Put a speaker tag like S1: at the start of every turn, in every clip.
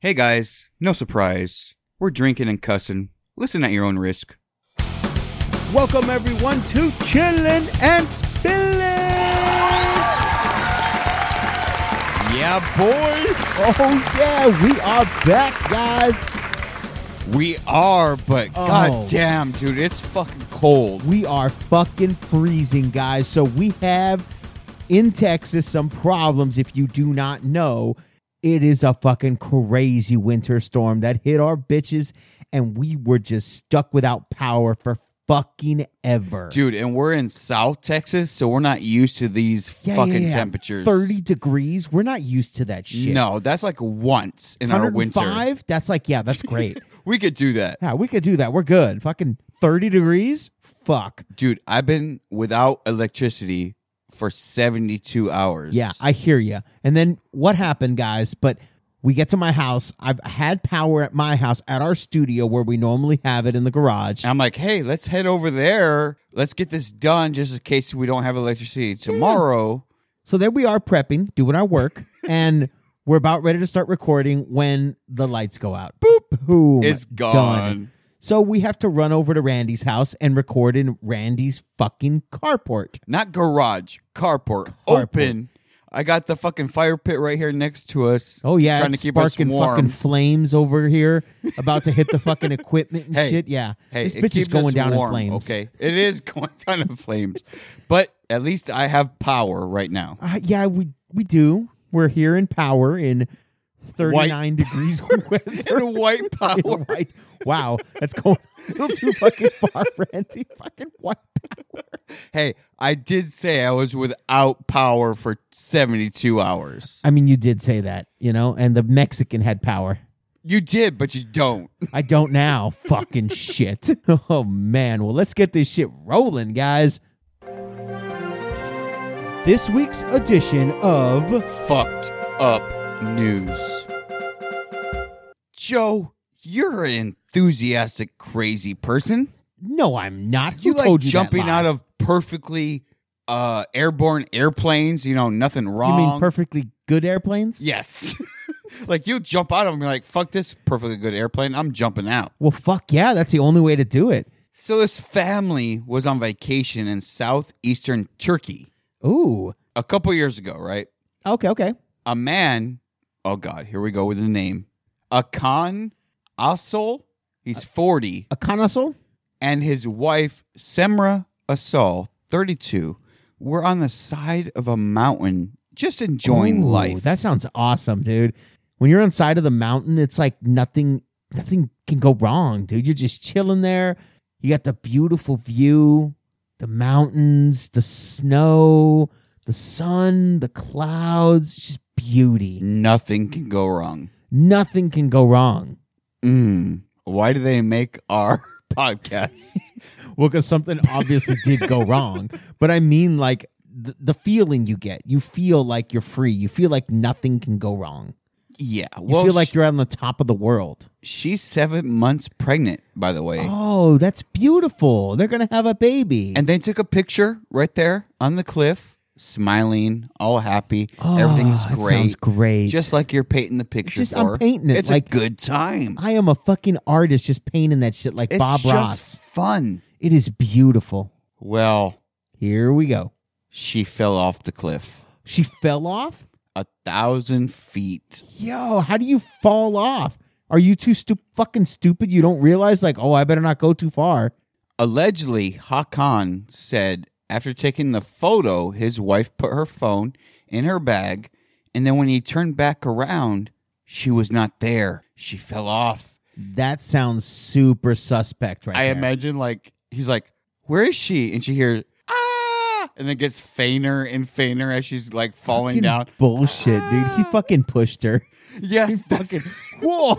S1: Hey guys, no surprise. We're drinking and cussing. Listen at your own risk.
S2: Welcome everyone to Chillin' and Spillin'.
S3: Yeah, boy,
S2: Oh yeah, we are back, guys.
S1: We are, but
S2: Oh.
S1: god damn, dude, it's fucking cold.
S2: We are fucking freezing, guys. So we have in Texas some problems. If you do not know, it is a fucking crazy winter storm that hit our bitches, and we were just stuck without power for fucking ever.
S1: Dude, and we're in South Texas, so we're not used to these
S2: Yeah, yeah,
S1: fucking
S2: yeah.
S1: temperatures.
S2: 30 degrees. We're not used to that shit.
S1: No, that's like once in our winter.
S2: 105? That's like, yeah, that's great.
S1: We could do that.
S2: Yeah, we could do that. We're good. Fucking 30 degrees? Fuck.
S1: Dude, I've been without electricity for 72 hours.
S2: Yeah, I hear you. And then what happened, guys? But we get to my house. I've had power at my house at our studio where we normally have it in the garage.
S1: And I'm like, hey, let's head over there. Let's get this done just in case we don't have electricity tomorrow.
S2: So there we are prepping, doing our work, and we're about ready to start recording when the lights go out. Boop, boom.
S1: It's
S2: done.
S1: gone.
S2: So we have to run over to Randy's house and record in Randy's fucking carport.
S1: Not garage, carport, open. I got the fucking fire pit right here next to us.
S2: Oh yeah,
S1: trying to
S2: it's
S1: keep us
S2: sparking fucking
S1: warm.
S2: flames over here, about to hit the fucking equipment and
S1: Hey,
S2: shit. Yeah,
S1: hey,
S2: this
S1: it
S2: bitch is
S1: keeps us
S2: going down
S1: warm,
S2: in flames.
S1: Okay, it is going down in flames, but at least I have power right now.
S2: Uh, yeah, we we do. We're here in power in thirty nine degrees weather.
S1: And white power.
S2: In white. Wow, that's going a little too fucking far, Randy. Fucking white power.
S1: Hey, I did say I was without power for seventy-two hours.
S2: I mean, you did say that, you know, and the Mexican had power.
S1: You did, but you don't.
S2: I don't now. Fucking shit. Oh man. Well, let's get this shit rolling, guys. This week's edition of
S1: Fucked up news. Joe, you're an enthusiastic, crazy person.
S2: No, I'm not. Who
S1: you like
S2: told you
S1: jumping out of perfectly uh airborne airplanes you know nothing
S2: You
S1: wrong
S2: mean perfectly good airplanes?
S1: yes like you jump out of them you're like fuck this perfectly good airplane i'm jumping out
S2: Well, fuck yeah. That's the only way to do it.
S1: so this family was on vacation in southeastern turkey
S2: Ooh.
S1: a couple years ago right
S2: Okay. Okay.
S1: a man oh god here we go with the name akan asol
S2: Uh,
S1: he's 40
S2: A connoisseur.
S1: and his wife Semra Asal, 32, were on the side of a mountain just enjoying
S2: Ooh,
S1: life.
S2: That sounds awesome, dude. When you're on side of the mountain, it's like nothing. Nothing can go wrong, dude. You're just chilling there. You got the beautiful view, the mountains, the snow, the sun, the clouds. It's just beauty.
S1: Nothing can go wrong.
S2: Nothing can go wrong.
S1: Mm. Why do they make our podcast?
S2: Well, because something obviously did go wrong. But I mean, like the, the feeling you get. You feel like you're free. You feel like nothing can go wrong.
S1: yeah.
S2: You
S1: Well,
S2: feel like
S1: sh-
S2: you're on the top of the world.
S1: she's seven months pregnant, by the way.
S2: Oh, that's beautiful. They're gonna have a baby.
S1: And they took a picture right there on the cliff, smiling, all happy.
S2: oh,
S1: Everything's
S2: that Sounds
S1: great.
S2: great.
S1: Just like you're painting the picture
S2: Just- I'm
S1: for. her.
S2: painting it
S1: It's
S2: like-
S1: a good time.
S2: I am a fucking artist, just painting that shit like
S1: It's
S2: Bob
S1: just
S2: Ross.
S1: fun.
S2: It is beautiful.
S1: Well,
S2: Here we go.
S1: she fell off the cliff
S2: She fell off.
S1: a thousand feet.
S2: Yo, how do you fall off? Are you too stu- fucking stupid? You don't realize, like, oh, I better not go too far.
S1: Allegedly, Hakan said after taking the photo, his wife put her phone in her bag, and then when he turned back around, she was not there. She fell off.
S2: That sounds super suspect, right?
S1: I
S2: there.
S1: imagine like he's like, "Where is she?" And she hears ah, and then gets fainter and fainter as she's like falling
S2: Fucking
S1: down.
S2: Bullshit, dude. He fucking pushed her. He
S1: Yes, that's,
S2: fucking whoa.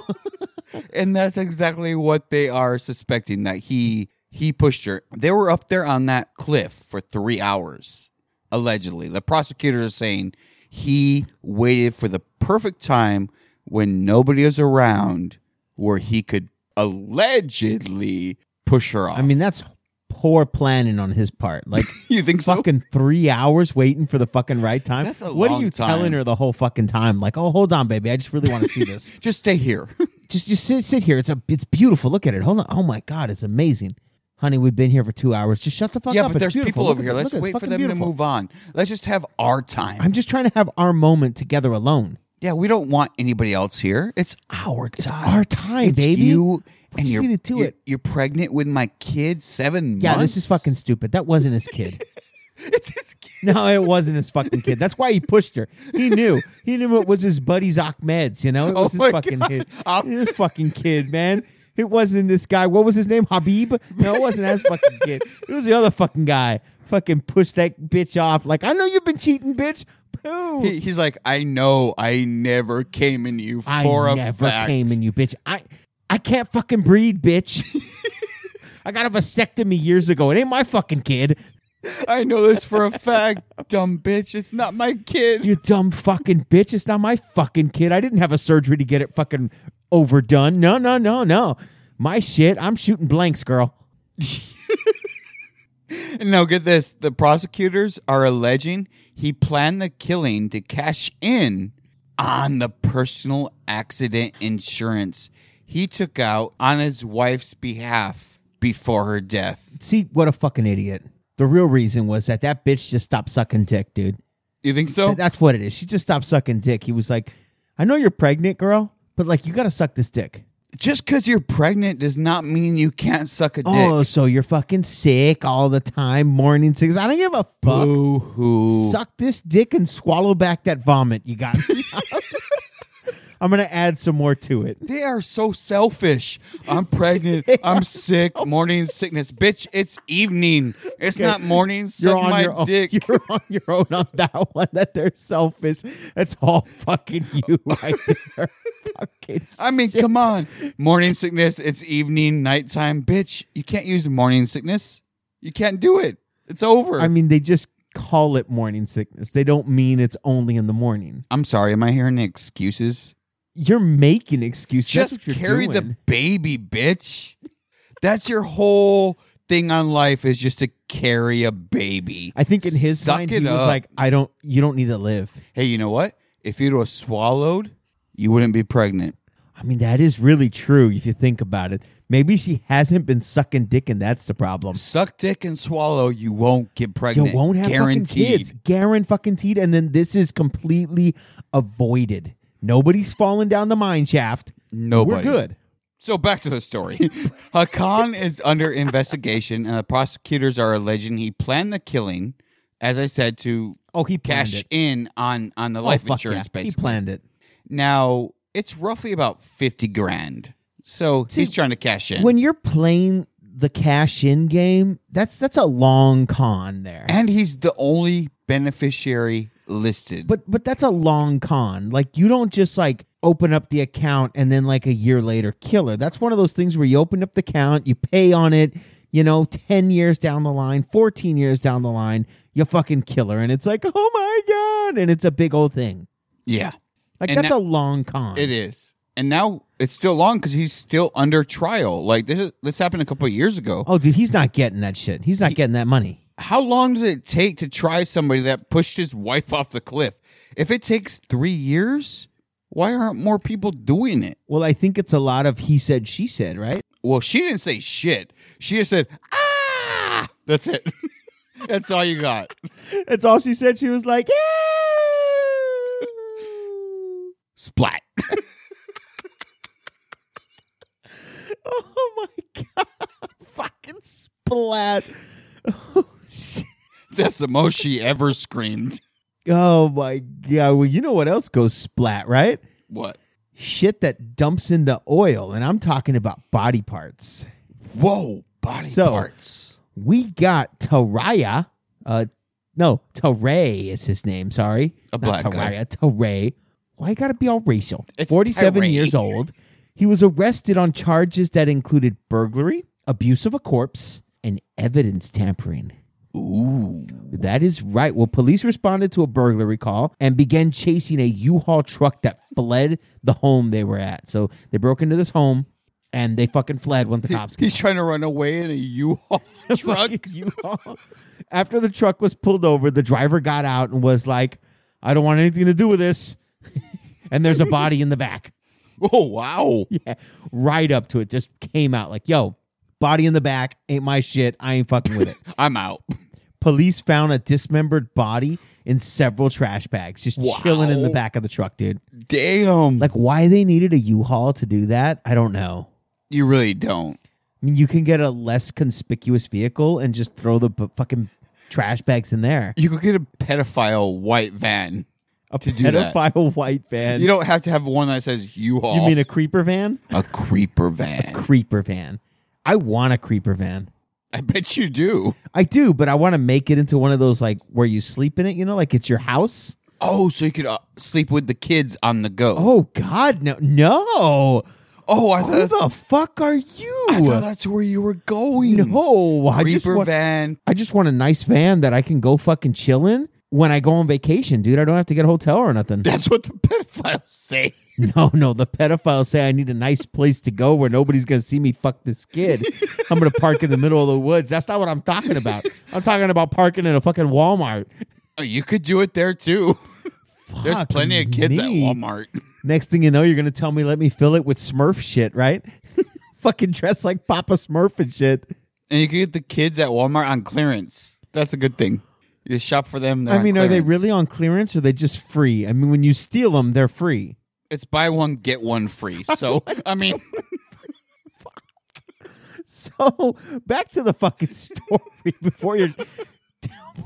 S1: and that's exactly what they are suspecting that he he pushed her. They were up there on that cliff for three hours, allegedly. The prosecutors is saying he waited for the perfect time when nobody is around, where he could allegedly push her off.
S2: I mean, that's poor planning on his part. Like
S1: You think so?
S2: fucking three hours waiting for the fucking right time.
S1: That's a
S2: what
S1: long
S2: are you
S1: time.
S2: telling her the whole fucking time? Like, oh, hold on, baby, I just really want to see this.
S1: Just stay here.
S2: just, just sit, sit here. It's a, it's beautiful. Look at it. Hold on. Oh my god, it's amazing, honey. We've been here for two hours. Just shut the fuck
S1: yeah,
S2: up.
S1: but
S2: It's
S1: there's people
S2: beautiful. Look
S1: over
S2: at
S1: here.
S2: it.
S1: Let's
S2: Look at it. It's
S1: wait for
S2: fucking
S1: them to
S2: beautiful.
S1: move on. Let's just have our time.
S2: I'm just trying to have our moment together alone.
S1: yeah, we don't want anybody else here. It's our time. It's
S2: our time, baby.
S1: You
S2: We
S1: and
S2: just
S1: you're,
S2: need to do
S1: you're,
S2: it.
S1: you're pregnant with my kid, seven
S2: Yeah,
S1: months.
S2: this is fucking stupid. That wasn't his kid.
S1: It's his kid.
S2: No, it wasn't his fucking kid. That's why he pushed her. He knew. He knew it was his buddy's Ahmed's, you know? It
S1: Oh
S2: was
S1: my
S2: his fucking
S1: God.
S2: kid.
S1: Ah.
S2: His fucking kid, man. It wasn't this guy. What was his name? Habib? No, it wasn't his fucking kid. It was the other fucking guy. Fucking pushed that bitch off. Like, I know you've been cheating, bitch. Boom.
S1: He, he's like, I know I never came in you
S2: I
S1: for a
S2: never
S1: fact.
S2: came in you, bitch. I I can't fucking breed, bitch. I got a vasectomy years ago. It ain't my fucking kid.
S1: I know this for a fact, dumb bitch. It's not my kid.
S2: You dumb fucking bitch. It's not my fucking kid. I didn't have a surgery to get it fucking overdone. No, no, no, no. My shit. I'm shooting blanks, girl.
S1: Now get this: the prosecutors are alleging he planned the killing to cash in on the personal accident insurance he took out on his wife's behalf before her death.
S2: See, what a fucking idiot. The real reason was that that bitch just stopped sucking dick, dude.
S1: You think so?
S2: Th- That's what it is. She just stopped sucking dick. He was like, I know you're pregnant, girl, but like, you got to suck this dick.
S1: Just because you're pregnant does not mean you can't suck a dick.
S2: Oh, so you're fucking sick all the time, morning sickness. I don't give a fuck.
S1: Boo hoo!
S2: Suck this dick and swallow back that vomit you got. I'm going to add some more to it.
S1: They are so selfish. I'm pregnant. I'm sick. Morning sickness, bitch. It's evening. It's not morning. Suck
S2: you're on
S1: my
S2: your
S1: dick.
S2: own. You're on your own on that one. That they're selfish. That's all fucking you right there. fucking.
S1: I mean, come on. Morning sickness. It's evening, nighttime, bitch. You can't use morning sickness. You can't do it. It's over.
S2: I
S1: I'm,
S2: mean, they just call it morning sickness. They don't mean it's only in the morning.
S1: sorry. Am I hearing excuses?
S2: You're making excuses.
S1: Just
S2: That's what you're
S1: carry the
S2: doing.
S1: baby, bitch. That's your whole thing on life is just to carry a baby.
S2: I think in his
S1: Suck
S2: mind,
S1: it
S2: he was
S1: up.
S2: like, "I don't. You don't need to live."
S1: hey, you know what? If you'd have swallowed, you wouldn't be pregnant.
S2: I mean, that is really true if you think about it. Maybe she hasn't been sucking dick, and that's the problem.
S1: Suck dick and swallow, you won't get
S2: You
S1: pregnant.
S2: won't have
S1: guaranteed.
S2: fucking kids. Guaranteed fucking teed. And then this is completely avoided. Nobody's falling down the mine shaft.
S1: Nobody.
S2: We're good.
S1: So back to the story. Hakan is under investigation, and the prosecutors are alleging he planned the killing, as I said, to
S2: Oh, he planned
S1: cash
S2: it.
S1: in on on the
S2: Oh,
S1: life
S2: fuck
S1: insurance.
S2: yeah.
S1: Basically,
S2: He planned it.
S1: Now it's roughly about fifty grand. So
S2: See,
S1: he's trying to cash in,
S2: When you're playing the cash in game, that's that's a long con there.
S1: and he's the only beneficiary listed.
S2: But but that's a long con. Like you don't just like open up the account and then like a year later kill her. That's one of those things where you open up the account, you pay on it, you know, 10 years down the line, 14 years down the line, you fucking kill her and it's like, "Oh my god." And it's a big old thing.
S1: yeah,
S2: Like
S1: And
S2: that's
S1: that-
S2: a long con.
S1: It is, and now it's still long because he's still under trial. Like this, is, this happened a couple of years ago.
S2: Oh dude, he's not getting that shit. He's not getting that money.
S1: How long does it take to try somebody that pushed his wife off the cliff? If it takes three years, why aren't more people doing it?
S2: Well, I think it's a lot of he said she said, right?
S1: Well, she didn't say shit. She just said, "Ah, that's it. that's all you got."
S2: That's all she said. She was like, "Yeah."
S1: Splat.
S2: Oh my god! Fucking splat! Oh, shit.
S1: That's the most she ever screamed.
S2: oh my god! Well, you know what else goes splat, right?
S1: What?
S2: Shit that dumps into oil, and I'm talking about body parts.
S1: Whoa, body
S2: So-
S1: parts.
S2: We got Taraya. Uh, no, Taray is his name. Sorry,
S1: A
S2: Not
S1: black guy.
S2: Taraya. Taray. Why you gotta be all racial?
S1: It's
S2: Forty-seven
S1: Taray.
S2: years old. He was arrested on charges that included burglary, abuse of a corpse, and evidence tampering.
S1: Ooh.
S2: That is right. Well, police responded to a burglary call and began chasing a U-Haul truck that fled the home they were at. So they broke into this home and they fucking fled when the cops came.
S1: He's trying to run away in a U-Haul truck.
S2: Fucking U-Haul. After the truck was pulled over, the driver got out and was like, "I don't want anything to do with this." and there's a body in the back.
S1: Oh wow!
S2: Yeah, right up to it, just came out like, "Yo, body in the back, ain't my shit. I ain't fucking with it."
S1: I'm out.
S2: Police found a dismembered body in several trash bags, just
S1: Wow.
S2: chilling in the back of the truck, dude.
S1: Damn.
S2: Like, why they needed a U-Haul to do that, I don't know.
S1: you really don't.
S2: I mean, you can get a less conspicuous vehicle and just throw the b- fucking trash bags in there.
S1: You could get a pedophile white van.
S2: A
S1: To do that.
S2: pedophile white van.
S1: you don't have to have one that says U-Haul.
S2: You mean a creeper van?
S1: a, creeper van?
S2: Creeper van. I want a creeper van.
S1: I bet you do.
S2: I do, but I want to make it into one of those like where you sleep in it. You know, like it's your house.
S1: Oh, so you could uh, sleep with the kids on the go.
S2: Oh God, no, no.
S1: Oh, I
S2: Who
S1: thought,
S2: the fuck are you?
S1: I thought that's where you were going.
S2: no, I just
S1: Creeper
S2: want,
S1: van.
S2: I just want a nice van that I can go fucking chill in when I go on vacation, dude. I don't have to get a hotel or nothing.
S1: That's what the pedophiles say.
S2: No, no. The pedophiles say I need a nice place to go where nobody's gonna see me fuck this kid. I'm gonna park in the middle of the woods. That's not what I'm talking about. I'm talking about parking in a fucking Walmart.
S1: Oh, you could do it there too. There's
S2: Fuck
S1: plenty of kids at
S2: me.
S1: Walmart.
S2: Next thing you know, you're gonna tell me let me fill it with Smurf shit, right? fucking dress like Papa Smurf and shit.
S1: And you could get the kids at Walmart on clearance. That's a good thing. You shop for them. they're
S2: I
S1: on
S2: mean, are they
S1: clearance.
S2: really on clearance or are they just free? I mean, when you steal them, they're free.
S1: It's buy one get one free. So I mean,
S2: So back to the fucking story before you're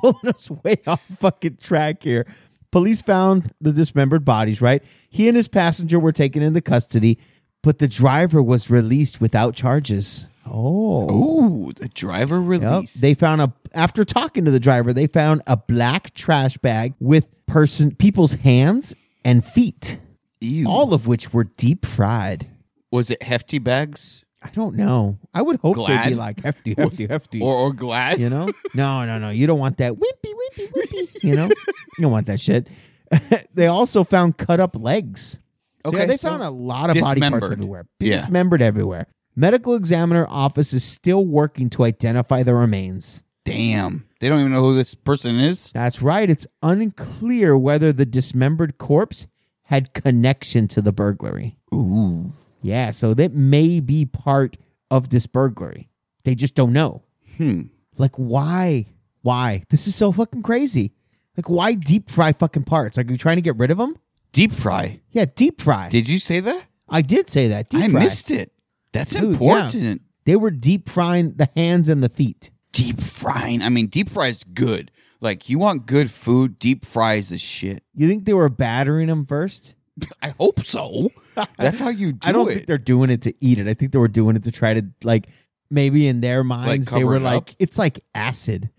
S2: pulling us way off fucking track here. Police found the dismembered bodies, right? He and his passenger were taken into custody, but the driver was released without charges. Oh.
S1: ooh, the driver
S2: Yep.
S1: release.
S2: They found a after talking to the driver, they found a black trash bag with person people's hands and feet,
S1: Ew.
S2: all of which were deep fried.
S1: was it hefty bags
S2: I don't know. I would hope they'd
S1: Glad?
S2: be like hefty, hefty, hefty.
S1: or or glad?
S2: You know? No, no, no. You don't want that wimpy, wimpy, wimpy. You know? You don't want that shit. they also found cut up legs. So, yeah,
S1: Okay,
S2: they
S1: so
S2: found a lot of body parts
S1: dismembered.
S2: everywhere.
S1: Yeah.
S2: Dismembered everywhere. Medical examiner office is still working to identify the remains.
S1: Damn, they don't even know who this person is.
S2: That's right. It's unclear whether the dismembered corpse had connection to the burglary.
S1: Ooh,
S2: Yeah, so that may be part of this burglary. They just don't know.
S1: hmm.
S2: Like, why? Why? This is so fucking crazy. Like, why deep fry fucking parts? Like, are you trying to get rid of them?
S1: Deep fry.
S2: Yeah, deep fry.
S1: Did you say that?
S2: I did say that. Deep
S1: I
S2: fry.
S1: missed it. That's
S2: Dude, yeah.
S1: important.
S2: They were deep frying the hands and the feet.
S1: Deep frying. I mean, deep fry is good. Like you want good food, deep fries is shit.
S2: You think they were battering them first?
S1: I hope so. That's how you do
S2: I don't
S1: it.
S2: think they're doing it to eat it. I think they were doing it to try to like maybe in their minds they
S1: cover
S2: were
S1: it up?
S2: like it's like acid.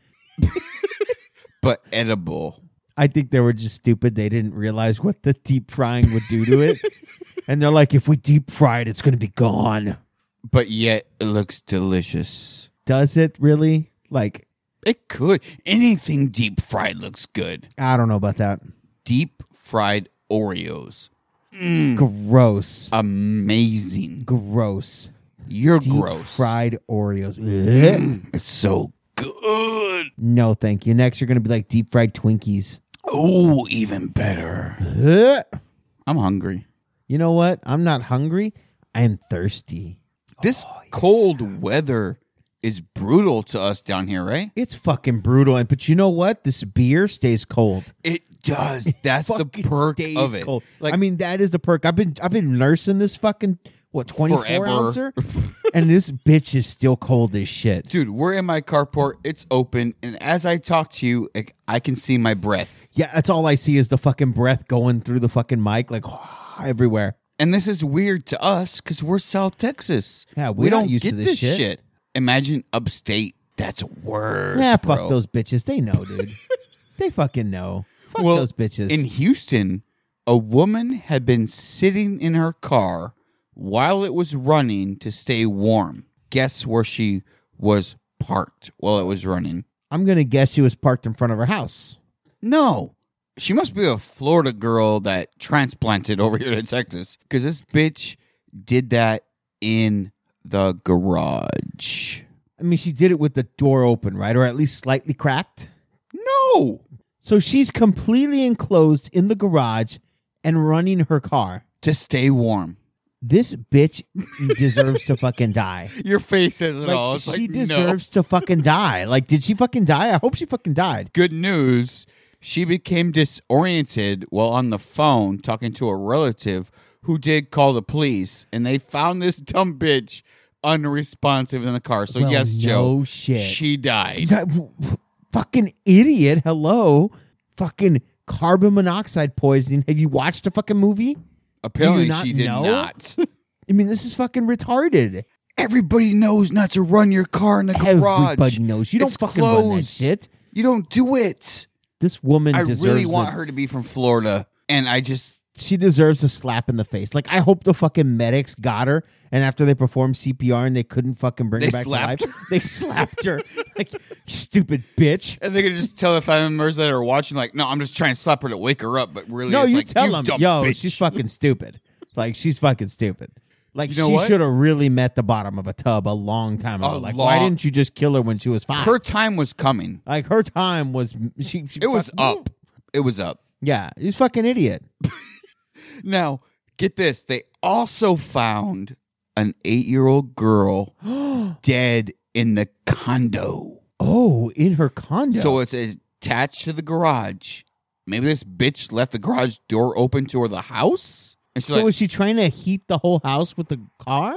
S1: but edible.
S2: I think they were just stupid. They didn't realize what the deep frying would do to it. and they're like, if we deep fry it, it's going to be gone.
S1: But yet it looks delicious.
S2: Does it really? Like,
S1: It could. Anything deep fried looks good.
S2: I don't know about that.
S1: Deep fried Oreos. Mm.
S2: Gross.
S1: Amazing.
S2: Gross.
S1: You're
S2: Deep
S1: gross.
S2: fried Oreos. Ugh.
S1: Mm, it's so good.
S2: no, thank you. Next, you're going to be like deep fried Twinkies.
S1: Oh, even better.
S2: Ugh.
S1: I'm hungry.
S2: You know what? I'm not hungry. I am thirsty.
S1: This
S2: Oh,
S1: cold weather is brutal to us down here, right?
S2: It's fucking brutal. And but you know what? This beer stays cold.
S1: It does. That's the
S2: fucking
S1: perk
S2: stays
S1: of it.
S2: cold.
S1: Like
S2: I mean, that is the perk. I've been I've been nursing this fucking what twenty four
S1: Forever.
S2: ouncer, and this bitch is still cold as shit.
S1: dude, we're in my carport. It's open, and as I talk to you, like, I can see my breath.
S2: Yeah, that's all I see is the fucking breath going through the fucking mic like everywhere.
S1: And this is weird to us because we're South Texas.
S2: Yeah,
S1: we
S2: we're not
S1: don't
S2: used
S1: get
S2: to this shit.
S1: Imagine upstate. That's worse.
S2: Yeah,
S1: bro.
S2: fuck those bitches. They know, dude. they fucking know. Fuck
S1: Well,
S2: those bitches.
S1: In Houston, a woman had been sitting in her car while it was running to stay warm. Guess where she was parked while it was running?
S2: I'm gonna guess she was parked in front of her house.
S1: No. She must be a Florida girl that transplanted over here to Texas because this bitch did that in the garage.
S2: I mean, she did it with the door open, right? Or at least slightly cracked.
S1: No,
S2: So she's completely enclosed in the garage and running her car.
S1: to stay warm.
S2: This bitch deserves to fucking die.
S1: Your face says it
S2: Like,
S1: all. It's
S2: she
S1: like, no.
S2: deserves to fucking die. Like, did she fucking die? I hope she fucking died.
S1: Good news. She became disoriented while on the phone talking to a relative who did call the police, and they found this dumb bitch unresponsive in the car. So
S2: Well,
S1: yes,
S2: no
S1: Joe,
S2: shit.
S1: she died.
S2: That- w- w- fucking idiot. Hello. Fucking carbon monoxide poisoning. Have you watched a fucking movie?
S1: Apparently,
S2: not
S1: she did
S2: know?
S1: not.
S2: I mean, this is fucking retarded.
S1: Everybody knows not to run your car in the garage.
S2: Everybody knows. You
S1: It's
S2: don't fucking run that
S1: closed.
S2: shit.
S1: You don't do it.
S2: This woman
S1: I
S2: deserves
S1: really want
S2: a-
S1: her to be from Florida, and I just
S2: she deserves a slap in the face. Like I hope the fucking medics got her, and after they performed CPR and they couldn't fucking bring
S1: They
S2: her back
S1: slapped
S2: to life, they slapped her. Like stupid bitch.
S1: and they could just tell the family members that are watching, like, no, I'm just trying to slap her to wake her up, but really,
S2: No,
S1: it's
S2: you
S1: like,
S2: tell
S1: you
S2: them,
S1: dumb
S2: yo,
S1: bitch."
S2: she's fucking stupid. Like she's fucking stupid. Like
S1: You know
S2: she
S1: what?
S2: should have really met the bottom of a tub a long time ago.
S1: A
S2: like why
S1: long-
S2: didn't you just kill her when she was five?
S1: Her time was coming.
S2: like her time was she. she
S1: It was
S2: fuck-
S1: up. It was up.
S2: Yeah, he's fucking idiot.
S1: Now, get this. They also found an eight year old girl dead in the condo.
S2: oh, in her condo.
S1: So it's attached to the garage. Maybe this bitch left the garage door open to her the house? And she's
S2: so
S1: like,
S2: was she trying to heat the whole house with the car?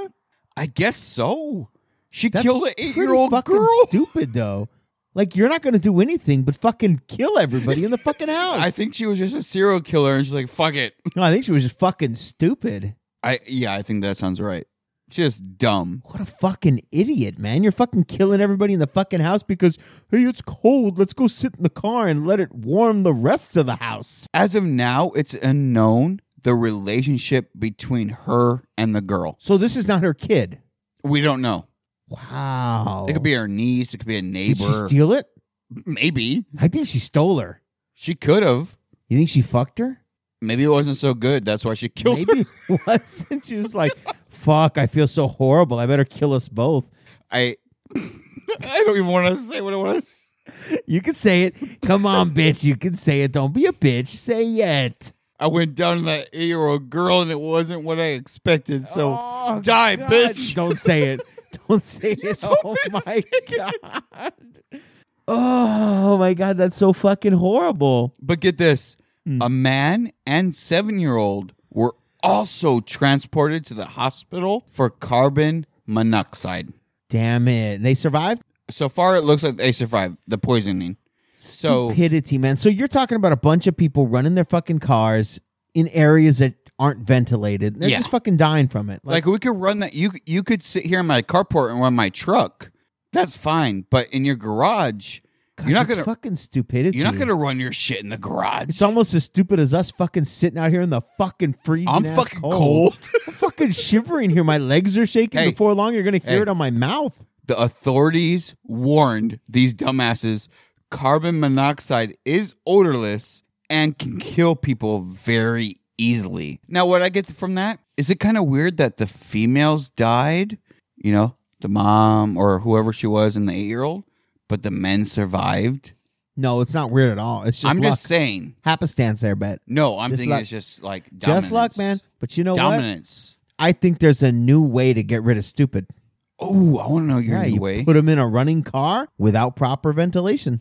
S1: I guess so. She
S2: That's
S1: killed an eight
S2: pretty
S1: year old
S2: fucking
S1: girl.
S2: Stupid though. Like you're not going to do anything but fucking kill everybody in the fucking house.
S1: I think she was just a serial killer and she's like, fuck it.
S2: No, I think she was just fucking stupid.
S1: I yeah, I think that sounds right. She's just dumb.
S2: What a fucking idiot, man! You're fucking killing everybody in the fucking house because hey, it's cold. Let's go sit in the car and let it warm the rest of the house.
S1: As of now, it's unknown the relationship between her and the girl.
S2: So this is not her kid.
S1: We don't know.
S2: Wow.
S1: It could be her niece. It could be a neighbor.
S2: Did she steal it?
S1: Maybe
S2: I think she stole her.
S1: she could have.
S2: You think she fucked her?
S1: Maybe it wasn't so good. That's why she killed her.
S2: Maybe it was. And she was like, fuck, I feel so horrible. I better kill us both.
S1: I I don't even want to say what it was.
S2: You can say it. Come on, bitch. You can say it. Don't be a bitch. Say it.
S1: I went down to that eight year old girl and it wasn't what I expected. So
S2: Oh,
S1: die,
S2: God.
S1: bitch.
S2: Don't say it. Don't say it.
S1: told
S2: Oh,
S1: me to
S2: my
S1: say it.
S2: God. Oh, my God. That's so fucking horrible.
S1: But get this
S2: Hmm.
S1: a man and seven year old were also transported to the hospital for carbon monoxide.
S2: Damn it. They survived?
S1: So far, it looks like they survived the poisoning. So,
S2: Stupidity, man. So you're talking about a bunch of people running their fucking cars in areas that aren't ventilated. They're
S1: Yeah.
S2: just fucking dying from it.
S1: like, we could run that. You you could sit here in my carport and run my truck. That's fine. But in your garage,
S2: God,
S1: you're not
S2: it's
S1: gonna
S2: fucking stupidity.
S1: you're not gonna run your shit in the garage.
S2: It's almost as stupid as us fucking sitting out here in the fucking freezing.
S1: I'm
S2: ass
S1: fucking cold.
S2: I'm fucking shivering here. My legs are shaking.
S1: Hey.
S2: Before long, you're gonna hear
S1: Hey.
S2: it on my mouth.
S1: the authorities warned these dumbasses carbon monoxide is odorless and can kill people very easily. Now, what I get from that is it kind of weird that the females died, you know, the mom or whoever she was and the eight year old, but the men survived.
S2: No, it's not weird at all. It's just
S1: I'm
S2: luck.
S1: just saying.
S2: happenstance there, bet.
S1: No, I'm
S2: Just
S1: thinking
S2: luck.
S1: it's just like dominance.
S2: Just luck, man. But you know what?
S1: dominance.
S2: I think there's a new way to get rid of stupid.
S1: Oh, I want to know your
S2: yeah,
S1: new
S2: you
S1: way.
S2: put them in a running car without proper ventilation.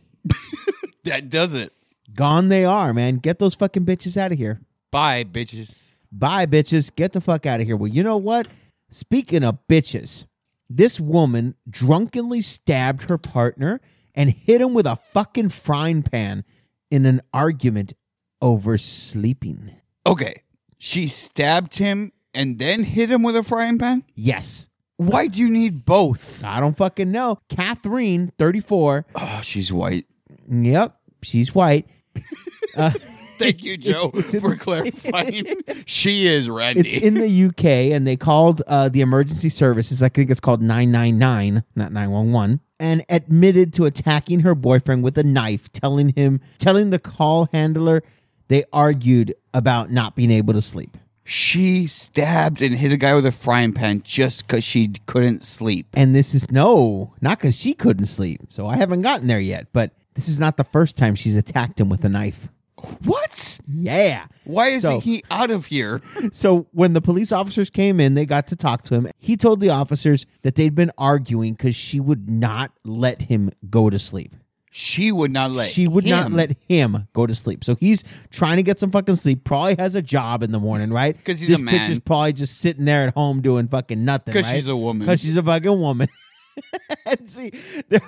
S1: that does it.
S2: Gone they are, man. Get those fucking bitches out of here.
S1: Bye, bitches.
S2: Bye, bitches. Get the fuck out of here. Well, you know what? Speaking of bitches, this woman drunkenly stabbed her partner and hit him with a fucking frying pan in an argument over sleeping.
S1: Okay. She stabbed him and then hit him with a frying pan?
S2: Yes.
S1: Why do you need both?
S2: I don't fucking know. Catherine, 34.
S1: Oh, she's white.
S2: Yep, she's white. Uh,
S1: Thank you, Joe,
S2: It's in-
S1: for clarifying. she is
S2: it's
S1: Randy.
S2: in the UK, and they called uh, the emergency services. I think it's called 999, not 911, and admitted to attacking her boyfriend with a knife, telling him, telling the call handler they argued about not being able to sleep.
S1: She stabbed and hit a guy with a frying pan just because she couldn't sleep.
S2: And this is no, not because she couldn't sleep. So I haven't gotten there yet. But this is not the first time she's attacked him with a knife.
S1: What?
S2: Yeah.
S1: Why isn't
S2: So-
S1: he out of here?
S2: So when the police officers came in, they got to talk to him. He told the officers that they'd been arguing because she would not let him go to sleep.
S1: She would not let.
S2: she would not
S1: him,
S2: let him go to sleep. So he's trying to get some fucking sleep. Probably has a job in the morning, right?
S1: 'Cause he's
S2: this
S1: a
S2: bitch
S1: man.
S2: is probably just sitting there at home doing fucking nothing.
S1: because
S2: right?
S1: she's a woman.
S2: because she's a fucking woman. and see, they're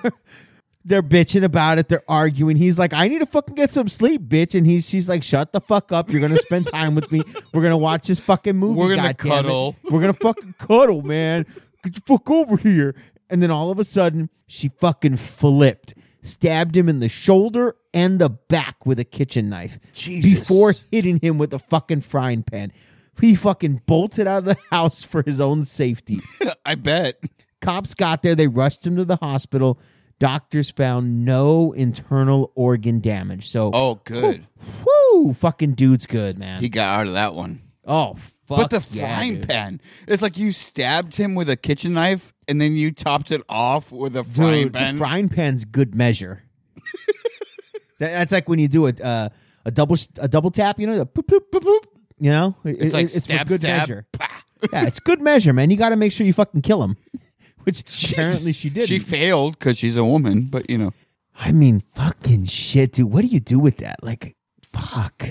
S2: they're bitching about it. They're arguing. He's like, "I need to fucking get some sleep, bitch." And he's she's like, "Shut the fuck up. You're gonna spend time with me. We're gonna watch this fucking movie.
S1: We're gonna
S2: goddammit.
S1: cuddle."
S2: We're gonna fucking cuddle, man. Get the fuck over here." And then all of a sudden, she fucking flipped, stabbed him in the shoulder and the back with a kitchen knife
S1: Jesus.
S2: before hitting him with a fucking frying pan. He fucking bolted out of the house for his own safety.
S1: I bet.
S2: Cops got there. They rushed him to the hospital. Doctors found no internal organ damage. So,
S1: Oh, good.
S2: whoo, fucking dude's good, man.
S1: He got out of that one.
S2: oh, fuck.
S1: But the
S2: yeah,
S1: frying
S2: dude.
S1: pan. It's like you stabbed him with a kitchen knife and then you topped it off with a frying
S2: Dude,
S1: pan.
S2: the frying pan's good measure. That- that's like when you do a uh, a double sh- a double tap. You know, the boop, boop, boop, boop, you know, It-
S1: it's like
S2: it- it's
S1: stab,
S2: for good
S1: stab,
S2: measure.
S1: pah.
S2: yeah, it's good measure, man. You got to make sure you fucking kill him, which apparently
S1: Jesus.
S2: she did.
S1: She failed because she's a woman, but you know,
S2: I mean, fucking shit, dude. What do you do with that? Like, fuck.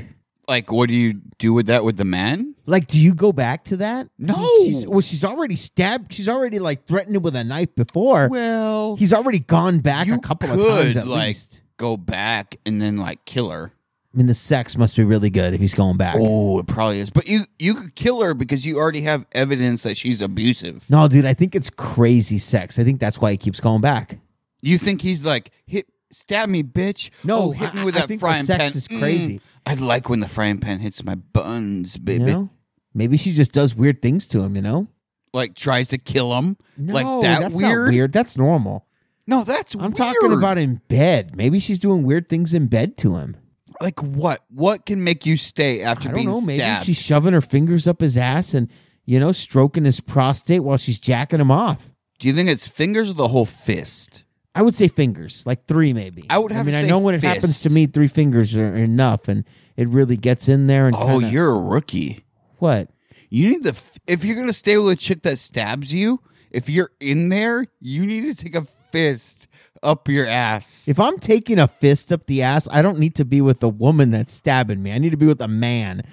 S1: like, what do you do with that with the man?
S2: Like, do you go back to that?
S1: No.
S2: She's, well, she's already stabbed. She's already like threatened him with a knife before.
S1: Well,
S2: He's already gone back
S1: you
S2: a couple
S1: could,
S2: of times at
S1: like,
S2: least.
S1: go back and then like kill her.
S2: I mean, the sex must be really good if he's going back.
S1: Oh, it probably is. But you you could kill her because you already have evidence that she's abusive.
S2: No, dude, I think it's crazy sex. I think that's why he keeps going back.
S1: You think he's like hit stab me, bitch?
S2: No,
S1: oh, hit
S2: I-
S1: me with
S2: I
S1: that
S2: think the
S1: frying
S2: sex
S1: pan. Mm,
S2: is crazy.
S1: I like when the frying pan hits my buns,
S2: You
S1: baby.
S2: know? Maybe she just does weird things to him. You know?
S1: Like tries to kill him.
S2: No,
S1: like that
S2: that's
S1: weird.
S2: Not weird. That's normal.
S1: No, that's
S2: I'm talking
S1: weird.
S2: about in bed. Maybe she's doing weird things in bed to him.
S1: like what? What can make you stay after
S2: I don't
S1: being
S2: know. Maybe
S1: stabbed?
S2: she's shoving her fingers up his ass and you know stroking his prostate while she's jacking him off.
S1: Do you think it's fingers or the whole fist?
S2: I would say fingers, like three maybe.
S1: I would have
S2: I mean,
S1: to
S2: I
S1: say
S2: know when it happens to
S1: fist.
S2: me, three fingers are enough, and it really gets in there. And
S1: Oh,
S2: kinda-
S1: you're a rookie.
S2: what?
S1: You need the f- if you're gonna stay with a chick that stabs you. If you're in there, you need to take a fist up your ass.
S2: If I'm taking a fist up the ass, I don't need to be with a woman that's stabbing me. I need to be with a man.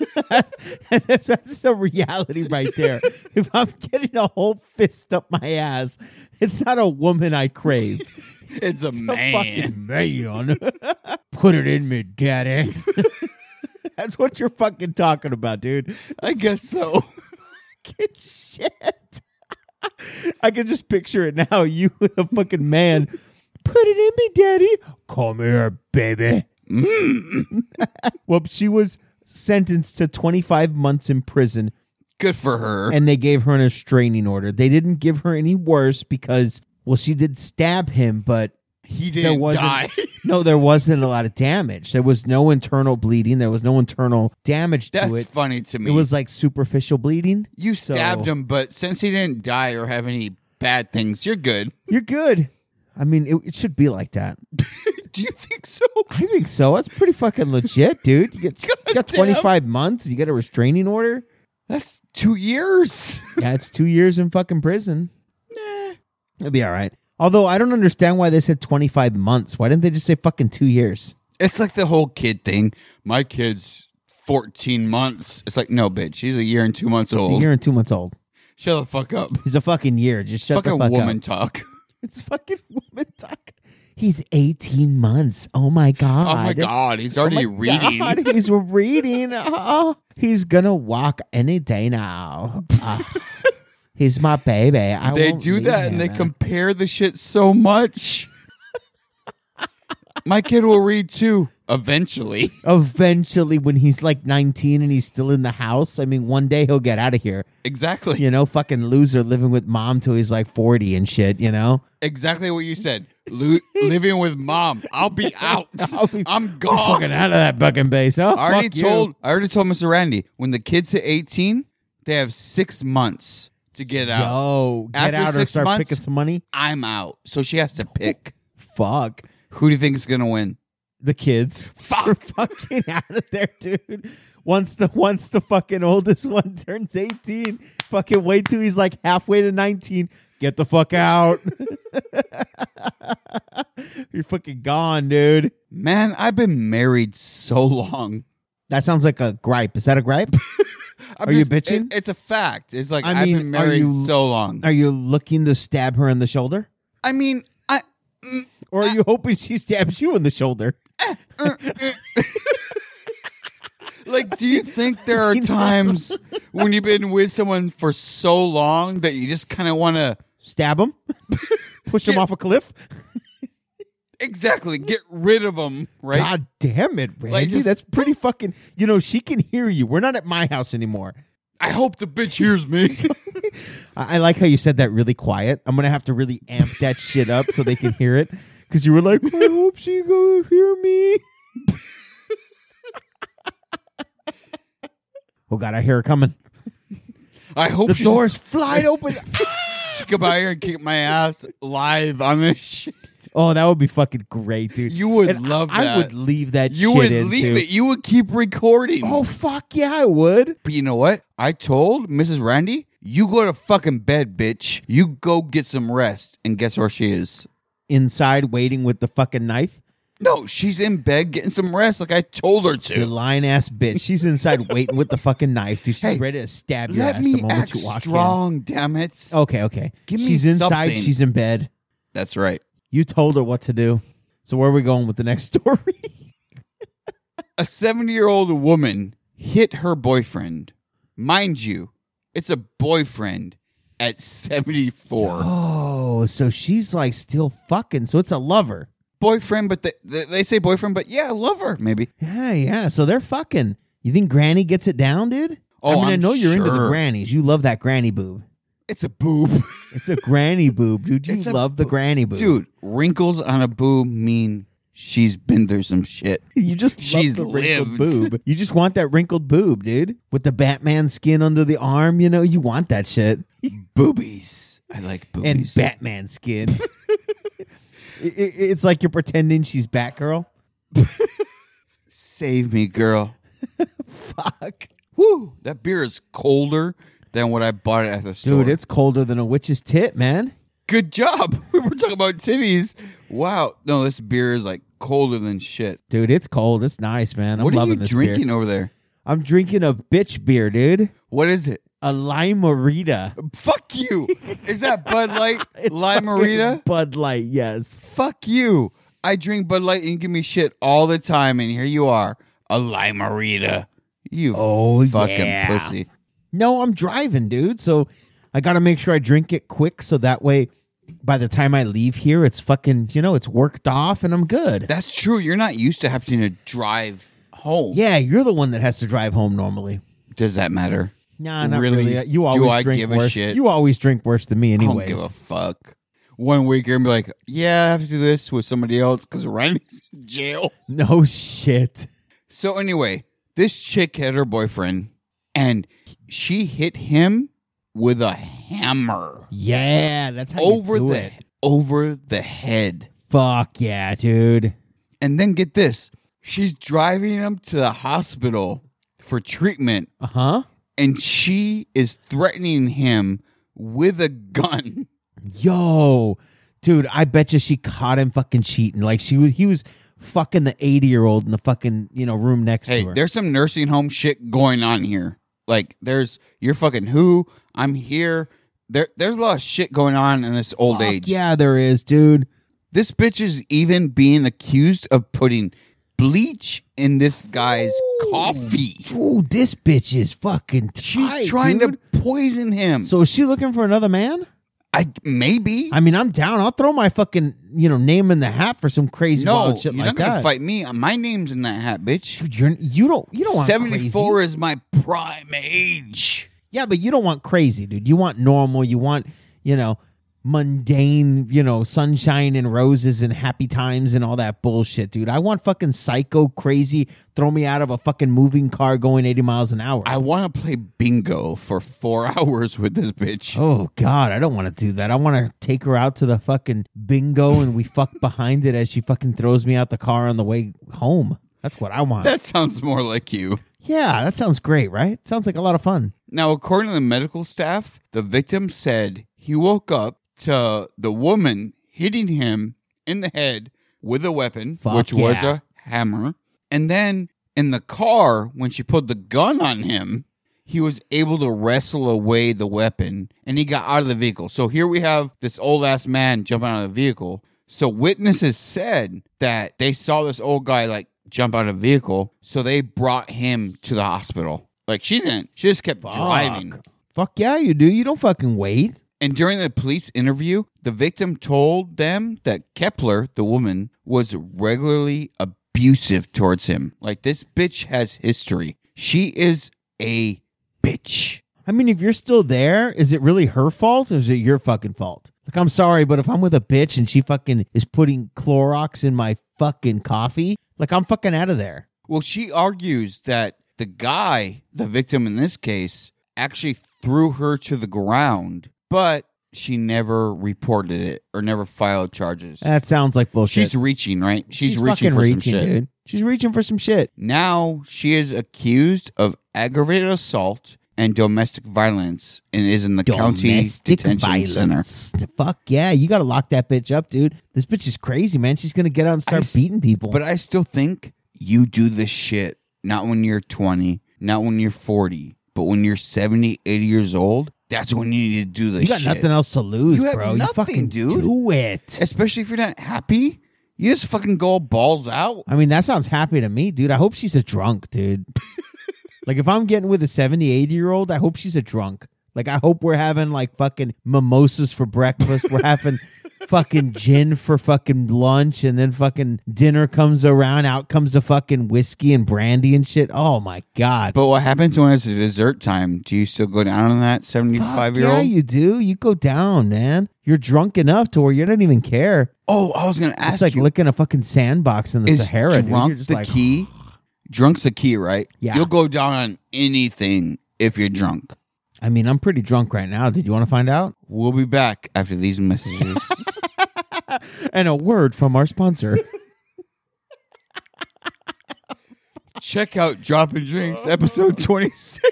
S2: that's, that's the reality right there. If I'm getting a whole fist up my ass, it's not a woman I crave.
S1: it's a
S2: It's a
S1: man.
S2: fucking man. Put it in me, daddy. That's what you're fucking talking about, dude.
S1: I guess so.
S2: Fucking shit. I can just picture it now. You with a fucking man. Put it in me, daddy. Come here, baby. well, she was sentenced to 25 months in prison
S1: Good for her.
S2: and they gave her an restraining order. They didn't give her any worse because, well, she did stab him, but
S1: he didn't
S2: wasn't-
S1: die.
S2: no, there wasn't a lot of damage. There was no internal bleeding. There was no internal damage
S1: That's
S2: to it.
S1: funny to me.
S2: It was like superficial bleeding.
S1: you
S2: so-
S1: stabbed him, but since he didn't die or have any bad things, you're good.
S2: You're good. I mean, it, it should be like that.
S1: Do you think so?
S2: I think so. That's pretty fucking legit, dude. You get, you got
S1: Goddamn.
S2: 25 months. You get a restraining order.
S1: That's two years.
S2: Yeah, it's two years in fucking prison.
S1: nah.
S2: It'll be all right. Although I don't understand why they said 25 months. Why didn't they just say fucking two years?
S1: It's like the whole kid thing. My kid's 14 months. It's like, no, bitch. He's a year and two months
S2: It's a
S1: old.
S2: year and two months old.
S1: Shut the fuck up.
S2: He's a fucking year. Just shut
S1: fucking
S2: the fuck
S1: woman
S2: up.
S1: talk.
S2: It's fucking woman talk. He's 18 months. Oh my god.
S1: Oh my god, he's already
S2: Oh my
S1: reading.
S2: God, he's reading. Oh, he's gonna walk any day now. Uh, he's my baby. I
S1: They
S2: won't
S1: do
S2: leave
S1: that and
S2: him.
S1: they compare the shit so much. my kid will read too eventually.
S2: Eventually, when he's like 19 and he's still in the house, I mean, one day he'll get out of here.
S1: Exactly.
S2: You know, fucking loser living with mom till he's like 40 and shit. You know,
S1: Exactly what you said. Lu- living with mom. I'll be out.
S2: I'll be-
S1: I'm
S2: Get fucking
S1: gone.
S2: out of that fucking base. Oh,
S1: I already
S2: fuck you.
S1: told. I already told Mr. Randy when the kids hit 18, they have six months to get out.
S2: Yo, get
S1: After
S2: out or
S1: six
S2: start
S1: months-
S2: picking some money.
S1: I'm out. So she has to pick.
S2: Fuck
S1: Who do you think is gonna win?
S2: the kids. We're
S1: Fuck.
S2: fucking out of there, dude. Once the once the fucking oldest one turns eighteen, fucking wait till he's like halfway to nineteen. Get the fuck out. You're fucking gone, dude.
S1: Man, I've been married so long.
S2: That sounds like a gripe. Is that a gripe?
S1: I'm
S2: Are you
S1: just-
S2: bitching?
S1: it- it's a fact. It's like
S2: I
S1: I have
S2: mean,
S1: been
S2: are
S1: married
S2: you-
S1: so long.
S2: Are you looking to stab her in the shoulder?
S1: I mean, I.
S2: Or
S1: Uh,
S2: are you hoping she stabs you in the shoulder?
S1: Like, do you think there are times when you've been with someone for so long that you just kind of want to
S2: Stab him? Push him
S1: Yeah.
S2: off a cliff?
S1: exactly get rid of them, right?
S2: God damn it, Randy.
S1: just-
S2: That's pretty fucking. You know, she can hear you. We're not at my house anymore.
S1: I hope the bitch hears me.
S2: I, I like how you said that really quiet. I'm gonna have to really amp that shit up so they can hear it. Because you were like, I hope she go hear me. oh god, I hear her coming.
S1: I hope
S2: The
S1: she-
S2: door's flying open.
S1: she come out here and kick my ass live on this shit.
S2: oh, that would be fucking great, dude.
S1: You would
S2: And I-
S1: love
S2: I,
S1: that.
S2: would leave that.
S1: you
S2: shit
S1: would
S2: in,
S1: leave
S2: too.
S1: it. You would keep recording.
S2: Oh fuck yeah, I would.
S1: But you know what? I told Mrs. Randy, you go to fucking bed, bitch. You go get some rest. And guess where she is?
S2: Inside, waiting with the fucking knife.
S1: No, she's in bed getting some rest like I told her
S2: You
S1: to.
S2: lying ass bitch. She's inside waiting with the fucking knife, dude. She's
S1: Hey,
S2: ready to stab your
S1: Let
S2: ass the
S1: me
S2: moment
S1: act
S2: you walk in.
S1: strong, damn it.
S2: Okay, okay.
S1: Give me
S2: she's inside.
S1: something.
S2: She's in bed.
S1: That's right.
S2: You told her what to do. So where are we going with the next story?
S1: A 70 year old woman hit her boyfriend. Mind you, it's a boyfriend at 74.
S2: oh, so she's like still fucking. So it's a lover.
S1: Boyfriend, but they, they they say boyfriend, but yeah, lover, maybe.
S2: Yeah, yeah. So they're fucking. You think Granny gets it down, dude? I
S1: Oh,
S2: mean, i
S1: I'm
S2: know you're into the
S1: sure.
S2: grannies. You love that granny boob.
S1: It's a boob.
S2: It's a granny boob, dude. You
S1: It's a
S2: love the
S1: boob.
S2: granny boob,
S1: Dude, wrinkles on a boob mean she's been through some shit.
S2: You just
S1: She's
S2: love the wrinkled
S1: lived.
S2: boob. You just want that wrinkled boob, dude, with the Batman skin under the arm. You know, you want that shit.
S1: Boobies. I like
S2: and
S1: boobies.
S2: Batman skin. I- I- it's like you're pretending she's Batgirl.
S1: Save me, girl.
S2: Fuck.
S1: Woo! That beer is colder than what I bought it at the store.
S2: Dude, it's colder than a witch's tit, man.
S1: good job. We were talking about titties. Wow. No, this beer is like colder than shit.
S2: Dude, it's cold. It's nice, man. I'm
S1: what are
S2: loving
S1: you
S2: this
S1: drinking
S2: beer.
S1: over there?
S2: I'm drinking a bitch beer, dude.
S1: What is it?
S2: A limerita.
S1: Fuck you. Is that Bud Light?
S2: It's
S1: Lime
S2: fucking
S1: Marita?
S2: Bud Light, yes.
S1: Fuck you. I drink Bud Light and you give me shit all the time, and here you are. A Limerita. You
S2: Oh,
S1: fucking
S2: yeah.
S1: pussy.
S2: No, I'm driving, dude. So I got to make sure I drink it quick so that way by the time I leave here, it's fucking, you know, it's worked off and I'm good.
S1: That's true. You're not used to having to drive home.
S2: yeah, you're the one that has to drive home normally.
S1: Does that matter?
S2: Nah, not
S1: Really?
S2: really. You
S1: Do
S2: always
S1: I
S2: drink
S1: give a
S2: worse.
S1: shit?
S2: You always drink worse than me,
S1: I don't
S2: anyways.
S1: give a fuck. One week you're gonna be like, yeah, I have to do this with somebody else because Randy's in jail.
S2: no shit.
S1: So anyway, this chick had her boyfriend, and she hit him with a hammer
S2: Yeah, that's how
S1: over
S2: you do
S1: the
S2: it.
S1: over the head.
S2: Fuck yeah, dude.
S1: And then get this, she's driving him to the hospital for treatment,
S2: Uh huh.
S1: and she is threatening him with a gun.
S2: Yo, dude, I bet you she caught him fucking cheating. Like she was, he was fucking the eighty year old in the fucking you know room next
S1: Hey,
S2: to her.
S1: there's some nursing home shit going on here. Like there's you're fucking who, I'm here. There there's a lot of shit going on in this old
S2: Fuck
S1: age.
S2: yeah, there is, dude.
S1: This bitch is even being accused of putting bleach in this guy's
S2: Ooh.
S1: coffee.
S2: Ooh, this bitch is fucking.
S1: She's
S2: tight,
S1: trying
S2: dude.
S1: to poison him. So
S2: So is she looking for another man?
S1: I maybe
S2: I mean, I'm down. I'll throw my fucking you know name in the hat for some crazy
S1: no,
S2: wild
S1: you're
S2: shit
S1: not
S2: like
S1: gonna
S2: that.
S1: fight me. My name's in that hat, bitch.
S2: Dude, you're you don't you don't want
S1: Seventy
S2: Crazy.
S1: four is my prime age.
S2: Yeah, but you don't want crazy, dude. You want normal. You want you know mundane, you know, sunshine and roses and happy times and all that bullshit, dude. I want fucking psycho crazy throw me out of a fucking moving car going 80 miles an hour.
S1: I want to play bingo for four hours with this bitch.
S2: oh god, I don't want to do that. I want to take her out to the fucking bingo and we fuck behind it as she fucking throws me out the car on the way home. That's what I want.
S1: That sounds more like you.
S2: yeah, that sounds great, right? Sounds like a lot of fun.
S1: Now, according to the medical staff, the victim said he woke up to the woman hitting him in the head with a weapon,
S2: Fuck
S1: which was
S2: yeah.
S1: a hammer. And then in the car, when she pulled the gun on him, he was able to wrestle away the weapon and he got out of the vehicle. So here we have this old ass man jumping out of the vehicle. So witnesses said that they saw this old guy like jump out of the vehicle. So they brought him to the hospital. Like she didn't. She just kept driving.
S2: Fuck. Fuck yeah, you do. You don't fucking wait.
S1: And during the police interview, the victim told them that Kepler, the woman, was regularly abusive towards him. Like this bitch has history. She is a bitch.
S2: I mean, if you're still there, is it really her fault or is it your fucking fault? Like, I'm sorry, but if I'm with a bitch and she fucking is putting Clorox in my fucking coffee, like, I'm fucking out of there.
S1: Well, she argues that the guy, the victim in this case, actually threw her to the ground, but she never reported it or never filed charges.
S2: That sounds like bullshit.
S1: She's reaching, right? She's, reaching
S2: fucking
S1: for some shit.
S2: dude. She's reaching for some shit.
S1: Now she is accused of aggravated assault and domestic violence and is in the county
S2: Domestic
S1: detention center.
S2: violence. Fuck yeah, you gotta lock that bitch up, dude. This bitch is crazy, man. She's gonna get out and
S1: I
S2: start
S1: s-
S2: beating people.
S1: But I still think you do this shit not when you're 20, not when you're 40, but when you're 70, 80 years old. That's when you need to do this
S2: you got
S1: shit.
S2: nothing else to lose,
S1: You have
S2: bro.
S1: nothing,
S2: you fucking
S1: dude.
S2: do it.
S1: Especially if you're not happy. You just fucking go balls out.
S2: I mean, that sounds happy to me, dude. I hope she's a drunk, dude. like, if I'm getting with a 70, 80 year old, I hope she's a drunk. Like, I hope we're having like fucking mimosas for breakfast. We're having fucking gin for fucking lunch. And then fucking dinner comes around. Out comes the fucking whiskey and brandy and shit. Oh my God.
S1: But what happens when it's dessert time? Do you still go down on that 75 year
S2: Yeah,
S1: old?
S2: you do. You go down, man. You're drunk enough to where you don't even care.
S1: oh, I was going to ask
S2: It's like
S1: you.
S2: licking a fucking sandbox in the
S1: is
S2: Sahara. dude.
S1: drunk
S2: You're just
S1: the
S2: like,
S1: key? Drunk's the key, right?
S2: Yeah.
S1: You'll go down on anything if you're drunk.
S2: I mean, I'm pretty drunk right now. Did you want to find out?
S1: We'll be back after these messages.
S2: and a word from our sponsor.
S1: Check out Dropping Drinks, episode 26.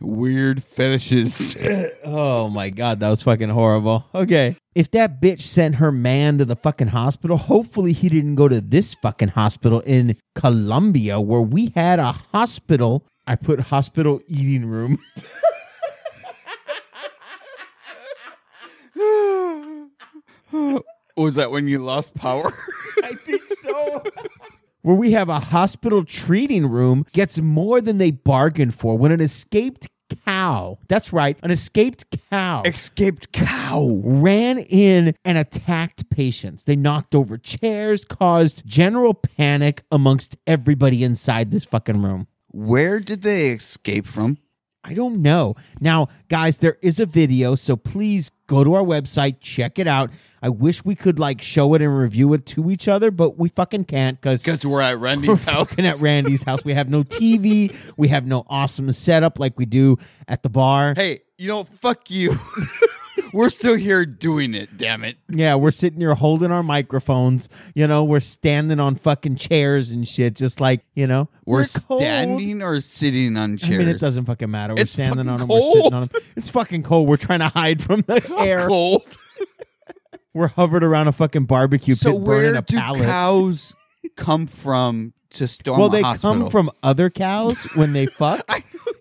S1: Weird fetishes.
S2: oh my god, that was fucking horrible. Okay. If that bitch sent her man to the fucking hospital, hopefully he didn't go to this fucking hospital in Colombia where we had a hospital. I put hospital eating room.
S1: Was that when you lost power?
S2: I think so. Where we have a hospital treating room gets more than they bargained for when an escaped cow, that's right, an escaped cow.
S1: Escaped cow.
S2: ran in and attacked patients. They knocked over chairs, caused general panic amongst everybody inside this fucking room.
S1: Where did they escape from?
S2: I don't know. Now, guys, there is a video, so please go to our website, check it out. I wish we could like show it and review it to each other, but we fucking can't because
S1: Because we're at
S2: we're
S1: Randy's house.
S2: fucking at Randy's house. We have no TV. We have no awesome setup like we do at the bar.
S1: hey, you know, fuck you. We're still here doing it, damn it.
S2: Yeah, we're sitting here holding our microphones. You know, we're standing on fucking chairs and shit, just like you know,
S1: We're,
S2: cold.
S1: standing or sitting on
S2: I
S1: chairs.
S2: mean, it doesn't fucking matter. We're
S1: It's
S2: standing
S1: fucking
S2: on them. We're sitting
S1: cold.
S2: on them. It's fucking cold. We're trying to hide from the air.
S1: cold.
S2: We're hovered around a fucking barbecue
S1: So
S2: pit burning
S1: where
S2: a
S1: do
S2: pallet.
S1: cows come from to storm
S2: well,
S1: a
S2: they
S1: hospital?
S2: come from other cows when they fuck.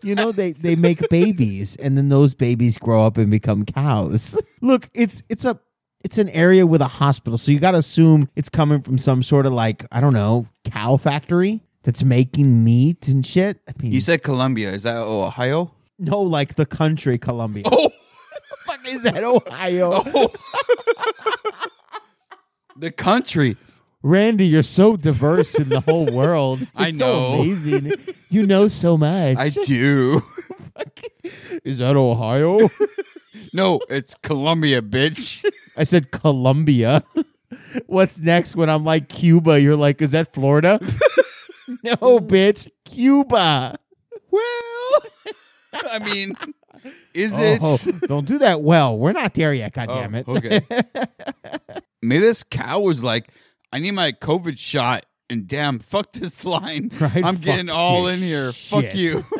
S2: you know, they they make babies, and then those babies grow up and become cows. Look, it's it's a it's an area with a hospital, so you got to assume it's coming from some sort of like I don't know cow factory that's making meat and shit. I mean,
S1: You said Columbia. Is that Ohio?
S2: no, like the country Columbia.
S1: Oh,
S2: fuck is that Ohio?
S1: the country.
S2: Randy, you're so diverse in the whole world. It's
S1: I know.
S2: so amazing. You know so much.
S1: I do.
S2: Is that Ohio?
S1: No, it's Colombia, bitch.
S2: I said Colombia. What's next when I'm like Cuba? You're like, is that Florida? no, bitch, Cuba.
S1: well, I mean, is
S2: Oh,
S1: it?
S2: don't do that. Well, we're not there yet. God damn it.
S1: Oh, okay. Maybe this cow was like, I need my COVID shot, and damn, fuck this line.
S2: Right?
S1: I'm
S2: Fuck
S1: getting all
S2: this
S1: in here. Fuck
S2: shit.
S1: you.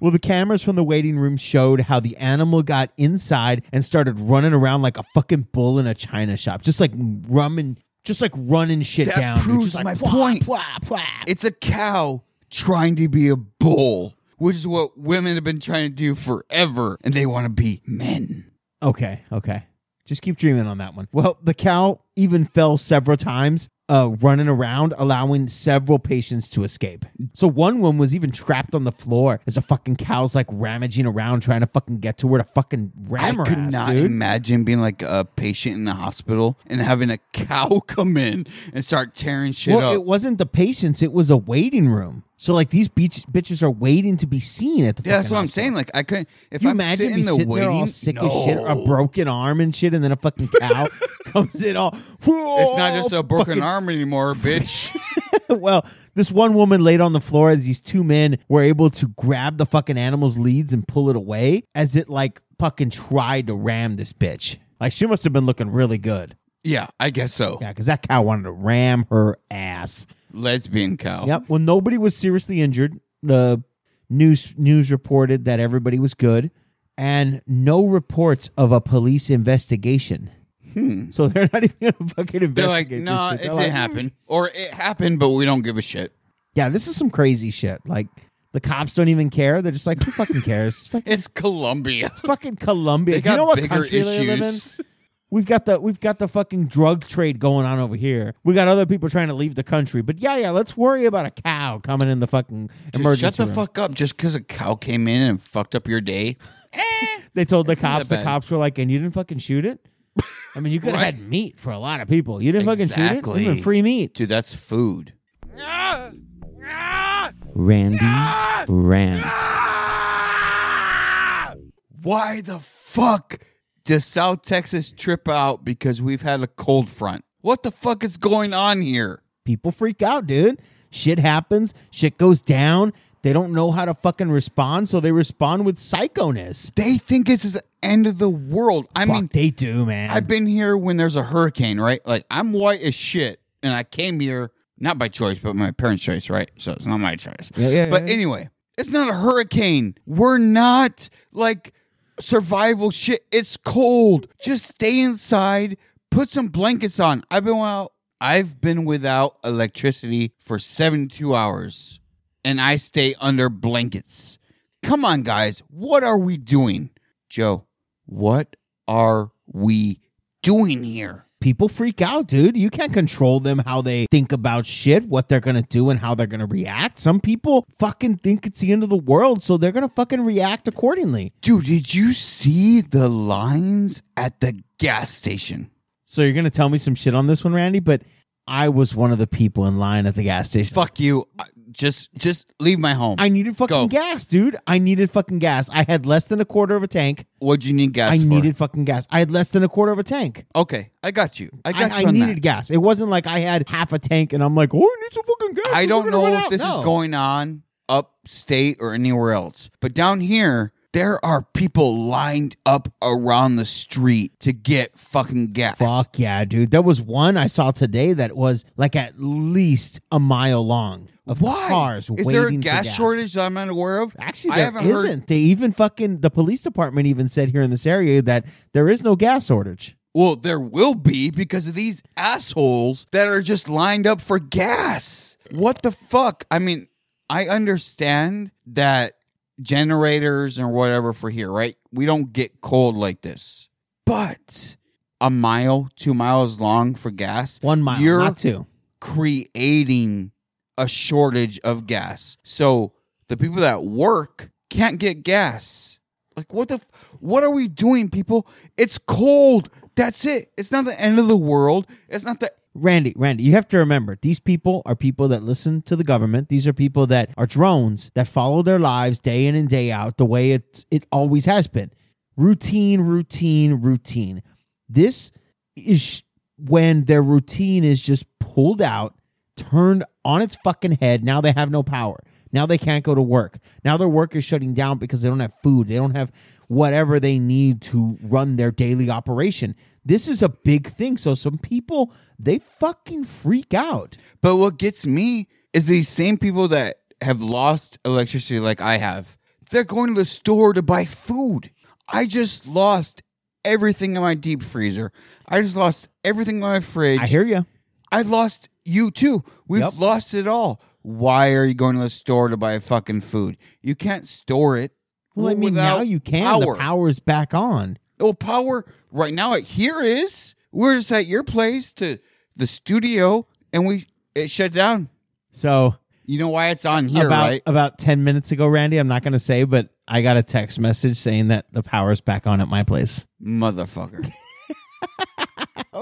S2: Well, the cameras from the waiting room showed how the animal got inside and started running around like a fucking bull in a china shop, just like rumming, just like running shit
S1: That
S2: down. dude.
S1: proves
S2: Just like,
S1: my
S2: "Pwah,
S1: point."
S2: pwah, pwah."
S1: It's a cow trying to be a bull, which is what women have been trying to do forever, and they want to be men.
S2: Okay, okay. Just keep dreaming on that one. Well, the cow even fell several times, uh, running around, allowing several patients to escape. So one woman was even trapped on the floor as a fucking cow's like ramaging around, trying to fucking get to where to fucking ram
S1: I
S2: her
S1: could
S2: ass,
S1: not
S2: dude.
S1: imagine being like a patient in a hospital and having a cow come in and start tearing shit
S2: well,
S1: up.
S2: it wasn't the patients; it was a waiting room. So like these beach- bitches are waiting to be seen at the.
S1: yeah, that's
S2: fucking
S1: what I'm
S2: hospital.
S1: saying. Like I couldn't. If
S2: Can you
S1: I'm
S2: imagine
S1: sitting
S2: me
S1: in the
S2: sitting
S1: waiting,
S2: there all sick
S1: no.
S2: as shit, a broken arm and shit, and then a fucking cow comes in all.
S1: It's not just a broken
S2: fucking
S1: arm anymore, bitch.
S2: well, this one woman laid on the floor as these two men were able to grab the fucking animal's leads and pull it away as it like fucking tried to ram this bitch. Like she must have been looking really good.
S1: yeah, I guess so.
S2: Yeah, because that cow wanted to ram her ass.
S1: Lesbian cow.
S2: Yep. Well, nobody was seriously injured. The news news reported that everybody was good, and no reports of a police investigation.
S1: Hmm.
S2: So they're not even gonna fucking investigate.
S1: They're like,
S2: this
S1: no,
S2: shit.
S1: it
S2: They're
S1: didn't
S2: like,
S1: happen, or it happened, but we don't give a shit.
S2: Yeah, this is some crazy shit. Like the cops don't even care. They're just like, who fucking cares? It's fucking,
S1: It's Colombia.
S2: it's fucking Colombia.
S1: They
S2: Do you
S1: got
S2: know what
S1: bigger
S2: country they live in?
S1: issues.
S2: We've got the we've got the fucking drug trade going on over here. We got other people trying to leave the country. But yeah, yeah, let's worry about a cow coming in the fucking
S1: Dude,
S2: emergency
S1: shut the
S2: room.
S1: fuck up. Just because a cow came in and fucked up your day.
S2: They told the
S1: It's not
S2: cops.
S1: that
S2: The
S1: bad.
S2: cops were like, "And you didn't fucking shoot it." I mean, you could have
S1: Right.
S2: had meat for a lot of people. You didn't fucking shoot it.
S1: Exactly.
S2: Even free meat.
S1: Dude, that's food.
S2: Randy's rant.
S1: Why the fuck does South Texas trip out because we've had a cold front? What the fuck is going on here?
S2: people freak out, dude. Shit happens, shit goes down. They don't know how to fucking respond, so they respond with psychoness.
S1: They think it's the end of the world. I
S2: Fuck,
S1: mean,
S2: they do, man.
S1: I've been here when there's a hurricane, right? Like I'm white as shit, and I came here not by choice, but my parents' choice, right? So it's not my choice.
S2: Yeah, yeah,
S1: But
S2: yeah.
S1: anyway, it's not a hurricane. We're not like survival shit. It's cold. Just stay inside. Put some blankets on. I've been out. I've been without electricity for 72 hours and I stay under blankets. Come on, guys. What are we doing? Joe, what are we doing here?
S2: people freak out, dude. You can't control them how they think about shit, what they're gonna do, and how they're gonna react. Some people fucking think it's the end of the world, so they're gonna fucking react accordingly.
S1: Dude, did you see the lines at the gas station?
S2: So you're gonna tell me some shit on this one, Randy, but I was one of the people in line at the gas station.
S1: Fuck you. I- Just just leave my home.
S2: I needed fucking
S1: Go.
S2: gas, dude. I needed fucking gas. I had less than a quarter of a tank.
S1: What'd you need gas
S2: I
S1: for?
S2: needed fucking gas. I had less than a quarter of a tank.
S1: Okay, I got you. I got
S2: I,
S1: you on
S2: needed
S1: that.
S2: gas. It wasn't like I had half a tank and I'm like, oh, I need some fucking gas.
S1: I
S2: We're
S1: don't
S2: gonna
S1: know
S2: run
S1: if
S2: out."
S1: this
S2: No.
S1: is going on upstate or anywhere else, but down here, there are people lined up around the street to get fucking gas.
S2: Fuck yeah, dude. There was one I saw today that was like at least a mile long of
S1: Why?
S2: cars
S1: Is
S2: waiting
S1: there a
S2: for
S1: gas, shortage that I'm not aware of?
S2: Actually,
S1: I
S2: there
S1: haven't
S2: isn't.
S1: heard.
S2: They even fucking the police department even said here in this area that there is no gas shortage.
S1: Well, there will be because of these assholes that are just lined up for gas. What the fuck? I mean, I understand that generators and whatever for here, right? We don't get cold like this. But a mile, two miles long for gas,
S2: One mile,
S1: You're-
S2: not two.
S1: creating a shortage of gas. So the people that work can't get gas. Like what the f- what are we doing people? It's cold. That's it. It's not the end of the world. It's not the
S2: Randy, Randy, you have to remember these people are people that listen to the government. These are people that are drones that follow their lives day in and day out the way it it always has been. routine, routine, routine. This is when their routine is just pulled out, turned on its fucking head. Now they have no power. Now they can't go to work. Now their work is shutting down because they don't have food. They don't have whatever they need to run their daily operation. This is a big thing. So some people, they fucking freak out.
S1: But what gets me is these same people that have lost electricity like I have. They're going to the store to buy food. I just lost everything in my deep freezer. I just lost everything in my fridge.
S2: I hear you.
S1: I lost you too. We've
S2: Yep.
S1: lost it all. Why are you going to the store to buy fucking food? You can't store it.
S2: Well, I mean,
S1: without
S2: now you can. The
S1: power.
S2: power's back on.
S1: Well, power right now it here is. We're just at your place to the studio, and we it shut down.
S2: So
S1: You know why it's on here,
S2: about
S1: right?
S2: about ten minutes ago, Randy, I'm not going to say, but I got a text message saying that the power's back on at my place.
S1: Motherfucker.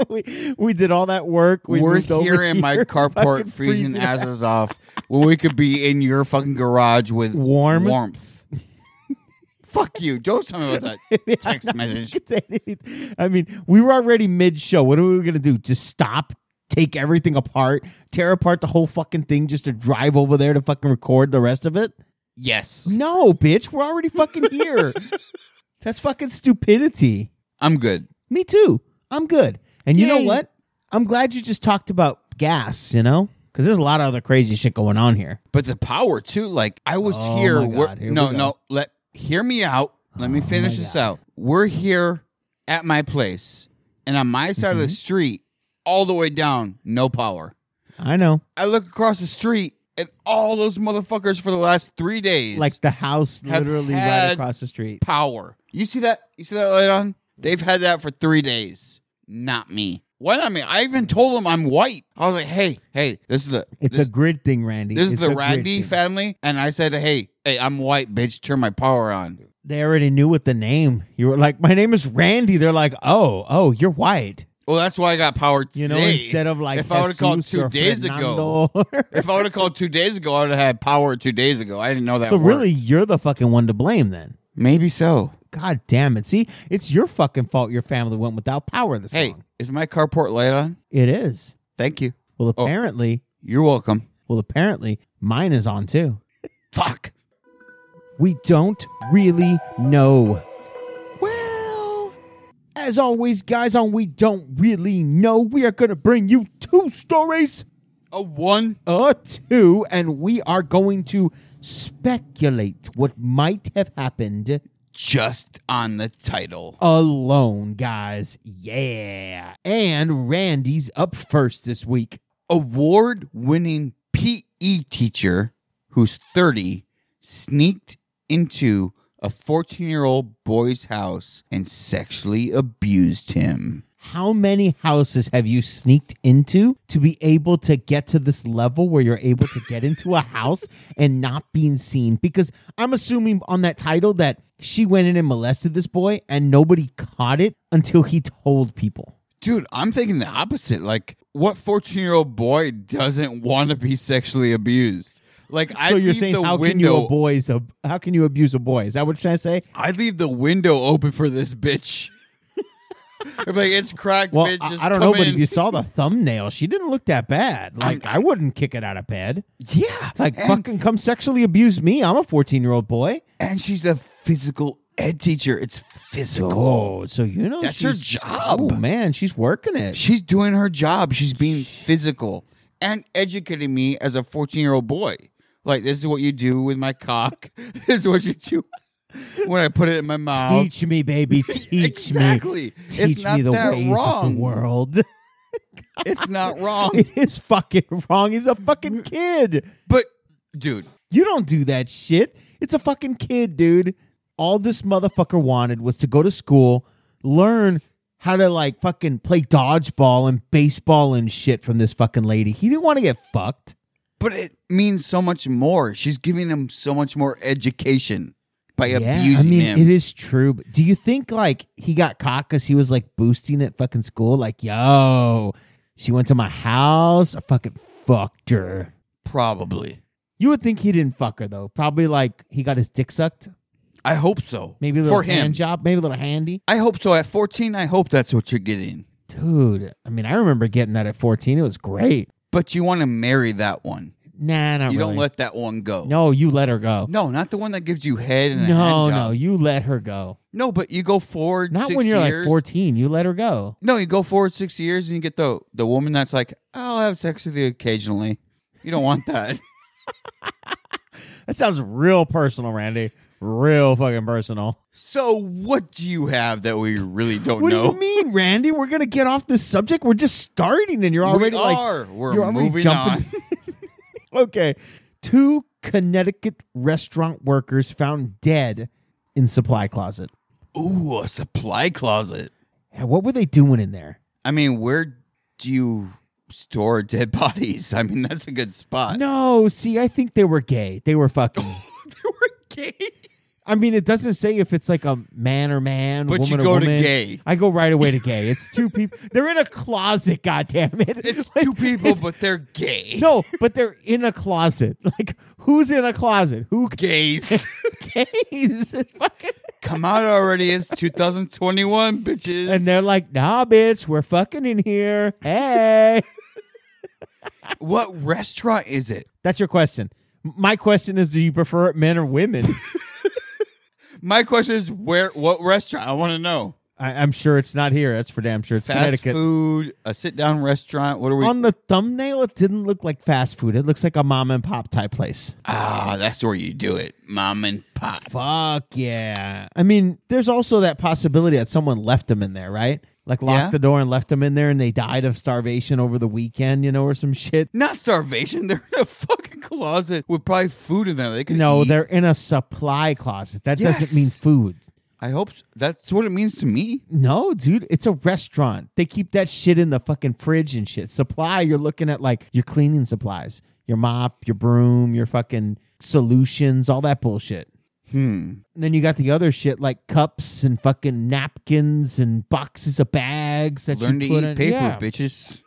S2: we, we did all that work. We
S1: We're
S2: moved
S1: here,
S2: over
S1: in my
S2: fucking
S1: carport freezing
S2: freezing
S1: asses off when we could be in your fucking garage with
S2: Warm.
S1: warmth. Fuck you. Don't tell me about that.
S2: Yeah,
S1: Text
S2: I'm not
S1: message.
S2: gonna say anything. I mean, we were already mid show. What are we going to do? Just stop, take everything apart, tear apart the whole fucking thing just to drive over there to fucking record the rest of it?
S1: Yes.
S2: No, bitch. We're already fucking here. That's fucking stupidity.
S1: I'm good.
S2: Me too. I'm good. And you know
S1: Yay.
S2: what? I'm glad you just talked about gas, you know? Because there's a lot of other crazy shit going on here.
S1: But the power too, like I was
S2: Oh
S1: here.
S2: my
S1: we're-
S2: God, here
S1: no,
S2: we go.
S1: no, let hear me out. Let me
S2: Oh
S1: finish
S2: my
S1: this out. We're here at my place, and on my side
S2: Mm-hmm.
S1: of the street, all the way down, no power.
S2: I know.
S1: I look across the street, and all those motherfuckers for the last three days,
S2: Like the house
S1: Have
S2: literally right
S1: had-
S2: across the street.
S1: power. You see that? You see that light on? They've had that for three days. Not me. Why not me? I even told them I'm white. I was like, hey, hey, this is the
S2: It's
S1: this,
S2: a grid thing, Randy.
S1: this is
S2: It's
S1: the
S2: a grid
S1: Randy
S2: thing.
S1: family, and I said, hey, hey, I'm white, bitch. Turn my power on.
S2: they already knew what the name. You were like, my name is Randy. They're like, oh, oh, you're white.
S1: Well, that's why I got power today.
S2: You know, instead of like,
S1: if I would've called
S2: Jesus
S1: two
S2: or
S1: days ago.
S2: Fernando.
S1: if I would have called two days ago, I would have had power two days ago. I didn't know that.
S2: so really,
S1: worked.
S2: you're the fucking one to blame then.
S1: maybe so.
S2: God damn it. See, it's your fucking fault your family went without power this
S1: Hey,
S2: long.
S1: is my carport light on?
S2: It is.
S1: Thank you.
S2: Well,
S1: Oh.
S2: apparently,
S1: You're welcome.
S2: well, apparently, mine is on too.
S1: Fuck.
S2: We don't really know.
S1: Well,
S2: As always, guys, on We Don't Really Know, we are going to bring you two stories,
S1: a one.
S2: a two, and we are going to speculate what might have happened
S1: just on the title.
S2: alone, guys. Yeah. And Randy's up first this week.
S1: Award winning PE E teacher who's 30 sneaked into a 14 year old boy's house and sexually abused him.
S2: How many houses have you sneaked into to be able to get to this level where you're able to get into a house and not being seen? Because I'm assuming on that title that she went in and molested this boy and nobody caught it until he told people.
S1: Dude, I'm thinking the opposite. Like, what 14 year old boy doesn't want to be sexually abused? Like, I
S2: so you're
S1: leave
S2: saying
S1: the
S2: how can you
S1: window.
S2: boys ab- how can you abuse a boy? Is that what you're trying to say?
S1: I leave the window open for this bitch. I'm like, it's cracked,
S2: Well,
S1: bitch.
S2: I,
S1: Just
S2: I don't
S1: come
S2: know, but
S1: in.
S2: if you saw the thumbnail, she didn't look that bad. Like I wouldn't kick it out of bed.
S1: yeah,
S2: Like
S1: and-
S2: fucking come sexually abuse me. I'm a 14 year old boy.
S1: and she's a physical ed teacher. It's physical.
S2: Oh, so you know
S1: That's her
S2: she's
S1: job.
S2: Oh man, she's working it.
S1: She's doing her job. She's being physical and educating me as a 14 year old boy. Like, this is what you do with my cock. this is what you do when I put it in my mouth.
S2: Teach me, baby. Teach me.
S1: exactly.
S2: Teach
S1: it's not
S2: me the
S1: that
S2: ways
S1: wrong.
S2: of the world.
S1: It's not wrong.
S2: it is fucking wrong. He's a fucking kid.
S1: but, dude,
S2: You don't do that shit. It's a fucking kid, dude. All this motherfucker wanted was to go to school, learn how to like fucking play dodgeball and baseball and shit from this fucking lady. He didn't want to get fucked.
S1: but it means so much more. She's giving him so much more education by abusing
S2: I mean,
S1: him.
S2: it is true. But do you think like he got caught because he was like boosting at fucking school? Like, yo, she went to my house. I fucking fucked her.
S1: Probably.
S2: You would think he didn't fuck her though. Probably like he got his dick sucked.
S1: I hope so.
S2: Maybe a little
S1: for him.
S2: hand job, maybe a little handy.
S1: I hope so. At 14, I hope that's what you're getting.
S2: Dude, I mean, I remember getting that at 14. It was great.
S1: But you want to marry that one.
S2: Nah, not
S1: you
S2: really.
S1: don't let that one go.
S2: no, you let her go.
S1: No, not the one that gives you head and a
S2: No,
S1: hand job.
S2: no, you let her go.
S1: No, but you go forward.
S2: Not
S1: six
S2: when you're
S1: years.
S2: like 14. You let her go.
S1: No, you go forward six years and you get the the woman that's like, I'll have sex with you occasionally. You don't want that.
S2: That sounds real personal, Randy. Real fucking personal.
S1: so what do you have that we really don't
S2: What
S1: know?
S2: do you mean, Randy? We're gonna get off this subject. We're just starting, and you're already
S1: we
S2: like
S1: are. We're
S2: you're already
S1: moving on.
S2: jumping. okay. Two Connecticut restaurant workers found dead in supply closet.
S1: Ooh, a supply closet.
S2: Yeah, What were they doing in there?
S1: I mean, where do you store dead bodies? I mean, that's a good spot.
S2: No, see, I think they were gay. They were fucking.
S1: they were gay.
S2: I mean, it doesn't say if it's like a man or man,
S1: But
S2: woman
S1: you
S2: or
S1: go to
S2: woman.
S1: gay.
S2: I go right away to gay. It's two people. They're in a closet. God damn it!
S1: It's
S2: Like,
S1: two people,
S2: it's-
S1: but they're gay.
S2: no, but they're in a closet. Like, who's in a closet? Who
S1: Gays.
S2: gays? It's fucking-
S1: Come out already. It's 2021, bitches.
S2: and they're like, nah, bitch, we're fucking in here. Hey,
S1: what restaurant is it?
S2: that's your question. M- My question is, do you prefer it men or women?
S1: My question is where what restaurant? I want to know.
S2: I, I'm sure it's not here. That's for damn sure. It's
S1: Fast
S2: Connecticut.
S1: food, a sit down restaurant. What are we?
S2: On the thumbnail, it didn't look like fast food. It looks like a mom and pop type place.
S1: ah, that's where you do it, mom and pop.
S2: Fuck yeah. I mean, there's also that possibility that someone left them in there, right? Like locked
S1: Yeah.
S2: the door and left them in there and they died of starvation over the weekend, you know, or some shit.
S1: Not starvation. They're in a fucking closet with probably food in there. They can
S2: No,
S1: eat.
S2: they're in a supply closet. That
S1: Yes.
S2: doesn't mean food.
S1: I hope s- that's what it means to me.
S2: No, dude, it's a restaurant. They keep that shit in the fucking fridge and shit. Supply, you're looking at like your cleaning supplies, your mop, your broom, your fucking solutions, all that bullshit.
S1: Hmm.
S2: And then you got the other shit like cups and fucking napkins and boxes of bags that
S1: Learn to
S2: you put
S1: eat
S2: in.
S1: paper,
S2: yeah.
S1: bitches.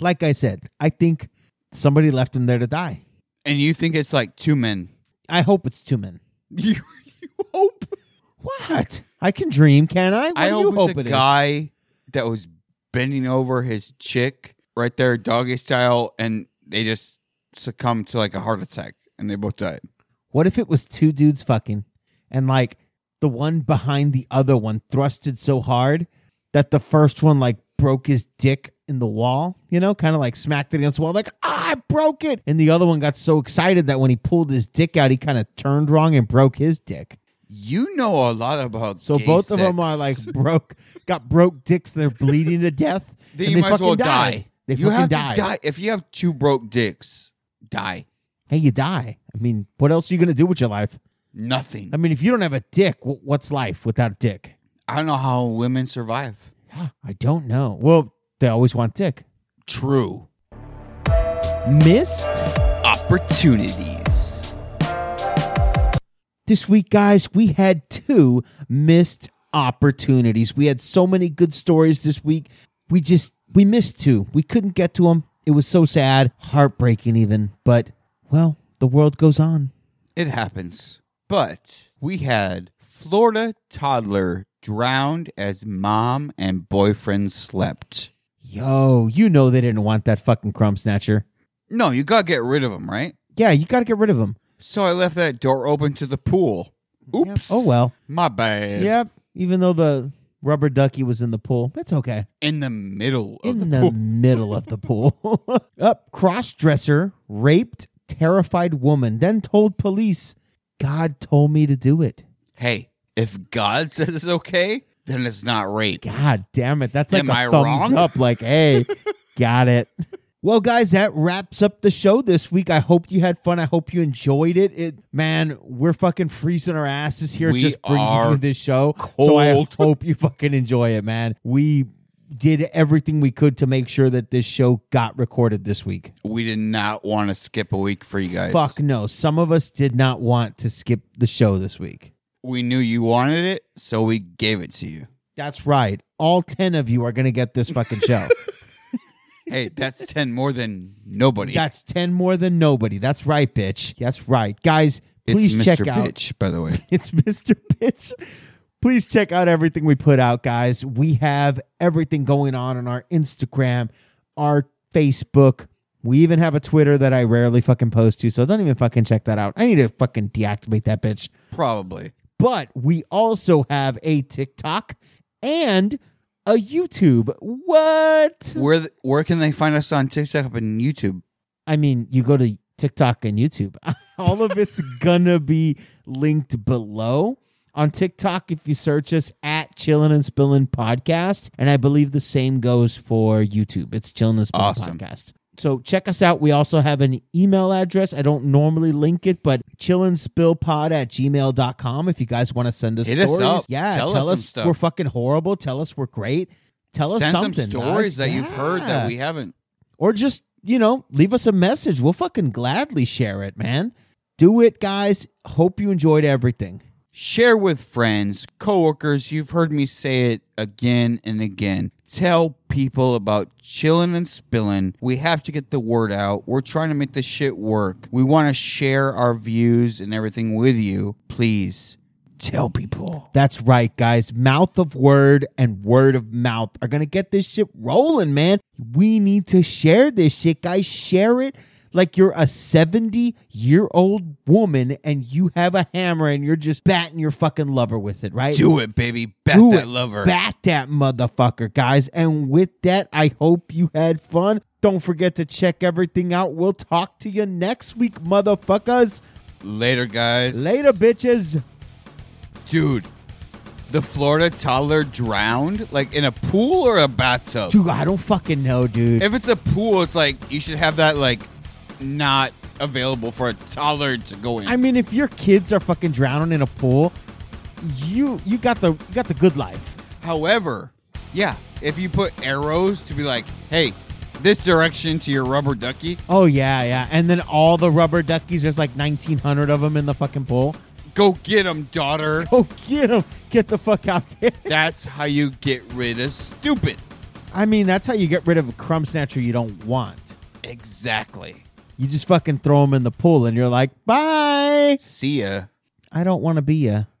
S2: Like I said, I think somebody left them there to die.
S1: And you think it's like two men?
S2: I hope it's two men.
S1: You, you hope?
S2: What? I can dream, can I? What
S1: I
S2: do
S1: hope
S2: you
S1: it's
S2: hope
S1: a
S2: it is?
S1: guy that was bending over his chick right there, doggy style, and they just succumbed to like a heart attack and they both died.
S2: What if it was two dudes fucking and like the one behind the other one thrusted so hard that the first one like broke his dick in the wall, you know, kind of like smacked it against the wall, like, ah, I broke it. And the other one got so excited that when he pulled his dick out, he kind of turned wrong and broke his dick.
S1: You know a lot about
S2: So
S1: gay
S2: both of them
S1: sex.
S2: are like broke, got broke dicks. They're bleeding to death.
S1: Then
S2: and
S1: you
S2: they
S1: might as well
S2: fucking
S1: die.
S2: died. They
S1: you
S2: fucking
S1: have
S2: died.
S1: to die if you have two broke dicks. Die
S2: Hey, you die. I mean, what else are you going to do with your life?
S1: nothing.
S2: I mean, if you don't have a dick, wh- what's life without a dick?
S1: I don't know how women survive.
S2: Ah, I don't know. Well, they always want dick.
S1: True
S2: Missed?
S1: opportunities.
S2: This week, guys, we had two missed opportunities. We had so many good stories this week. We just, we missed two. We couldn't get to them. It was so sad, heartbreaking even. But, well, the world goes on.
S1: It happens. But we had Florida toddler drowned as mom and boyfriend slept.
S2: Yo, you know they didn't want that fucking crumb snatcher.
S1: No, you gotta get rid of him, right?
S2: Yeah, you got to get rid of him.
S1: So I left that door open to the pool. Oops.
S2: Yep. Oh, well.
S1: My bad.
S2: Yep. Even though the rubber ducky was in the pool, it's okay.
S1: In the middle of
S2: in
S1: the
S2: the
S1: pool.
S2: middle of the pool. Up, crossdresser raped terrified woman, then told police, "God told me to do it."
S1: Hey, if God says it's okay, then it's not rape.
S2: God damn it! That's like
S1: Am
S2: a
S1: I
S2: thumbs
S1: wrong?
S2: up. Like, hey, got it. Well, guys, that wraps up the show this week. I hope you had fun. I hope you enjoyed it. It, man, we're fucking freezing our asses here
S1: We
S2: just bringing
S1: are
S2: you this show. So I
S1: cold.
S2: hope you fucking enjoy it, man. We did everything we could to make sure that this show got recorded this week.
S1: We did not want to skip a week for you guys.
S2: Fuck no. Some of us did not want to skip the show this week.
S1: We knew you wanted it, so we gave it to you.
S2: That's right. All 10 of you are going to get this fucking show.
S1: Hey, that's 10 more than nobody.
S2: That's 10 more than nobody. That's right, bitch. That's right. Guys, Please
S1: it's
S2: check
S1: Mr.
S2: out-
S1: Bitch, by the way.
S2: It's Mr. Bitch. Please check out everything we put out, guys. We have everything going on on our Instagram, our Facebook. We even have a Twitter that I rarely fucking post to, so don't even fucking check that out. I need to fucking deactivate that bitch.
S1: Probably.
S2: But we also have a TikTok and a YouTube. What?
S1: Where th- where can they find us on TikTok and YouTube?
S2: I mean, you go to TikTok and YouTube. All of it's gonna be linked below. On TikTok, if you search us at Chillin' and Spillin' Podcast, and I believe the same goes for YouTube. It's Chillin' and Spillin'
S1: Awesome.
S2: Podcast. So check us out. We also have an email address. I don't normally link it, but chillinspillpod at gmail.com if you guys want to send us
S1: Hit us
S2: stories.
S1: up.
S2: Yeah,
S1: Tell
S2: tell,
S1: us some
S2: us,
S1: stuff.
S2: we're fucking horrible. Tell us we're great. Tell us
S1: Send
S2: something.
S1: some stories
S2: guys.
S1: that you've heard
S2: Yeah
S1: that we haven't.
S2: or just you know leave us a message we'll fucking gladly share it man do it guys hope you enjoyed everything
S1: Share with friends, coworkers. You've heard me say it again and again. Tell people about chillin' and spillin'. We have to get the word out. We're trying to make this shit work. We want to share our views and everything with you. Please tell people.
S2: that's right guys mouth of word and word of mouth are gonna get this shit rolling man we need to share this shit guys share it like you're a 70 year old woman and you have a hammer and you're just batting your fucking lover with it right
S1: Do it, baby. Bat
S2: Do
S1: that
S2: it.
S1: lover.
S2: Bat that motherfucker, guys. And with that, I hope you had fun. Don't forget to check everything out. We'll talk to you next week, motherfuckers.
S1: Later, guys.
S2: Later, bitches.
S1: Dude, the Florida toddler drowned like in a pool or a bathtub?
S2: Dude, I don't fucking know, dude.
S1: If it's a pool, it's like you should have that like not available for a toddler to go in.
S2: I mean, if your kids are fucking drowning in a pool, you you got the you got the good life.
S1: However, yeah, if you put arrows to be like, hey, this direction to your rubber ducky,
S2: Oh yeah, yeah. And then all the rubber duckies, there's like 1900 of them in the fucking pool.
S1: go get them, daughter.
S2: Oh, get them. Get the fuck out there.
S1: That's how you get rid of stupid.
S2: I mean, that's how you get rid of a crumb snatcher you don't want.
S1: Exactly.
S2: You just fucking throw them in the pool and you're like, bye.
S1: See ya.
S2: I don't want to be a.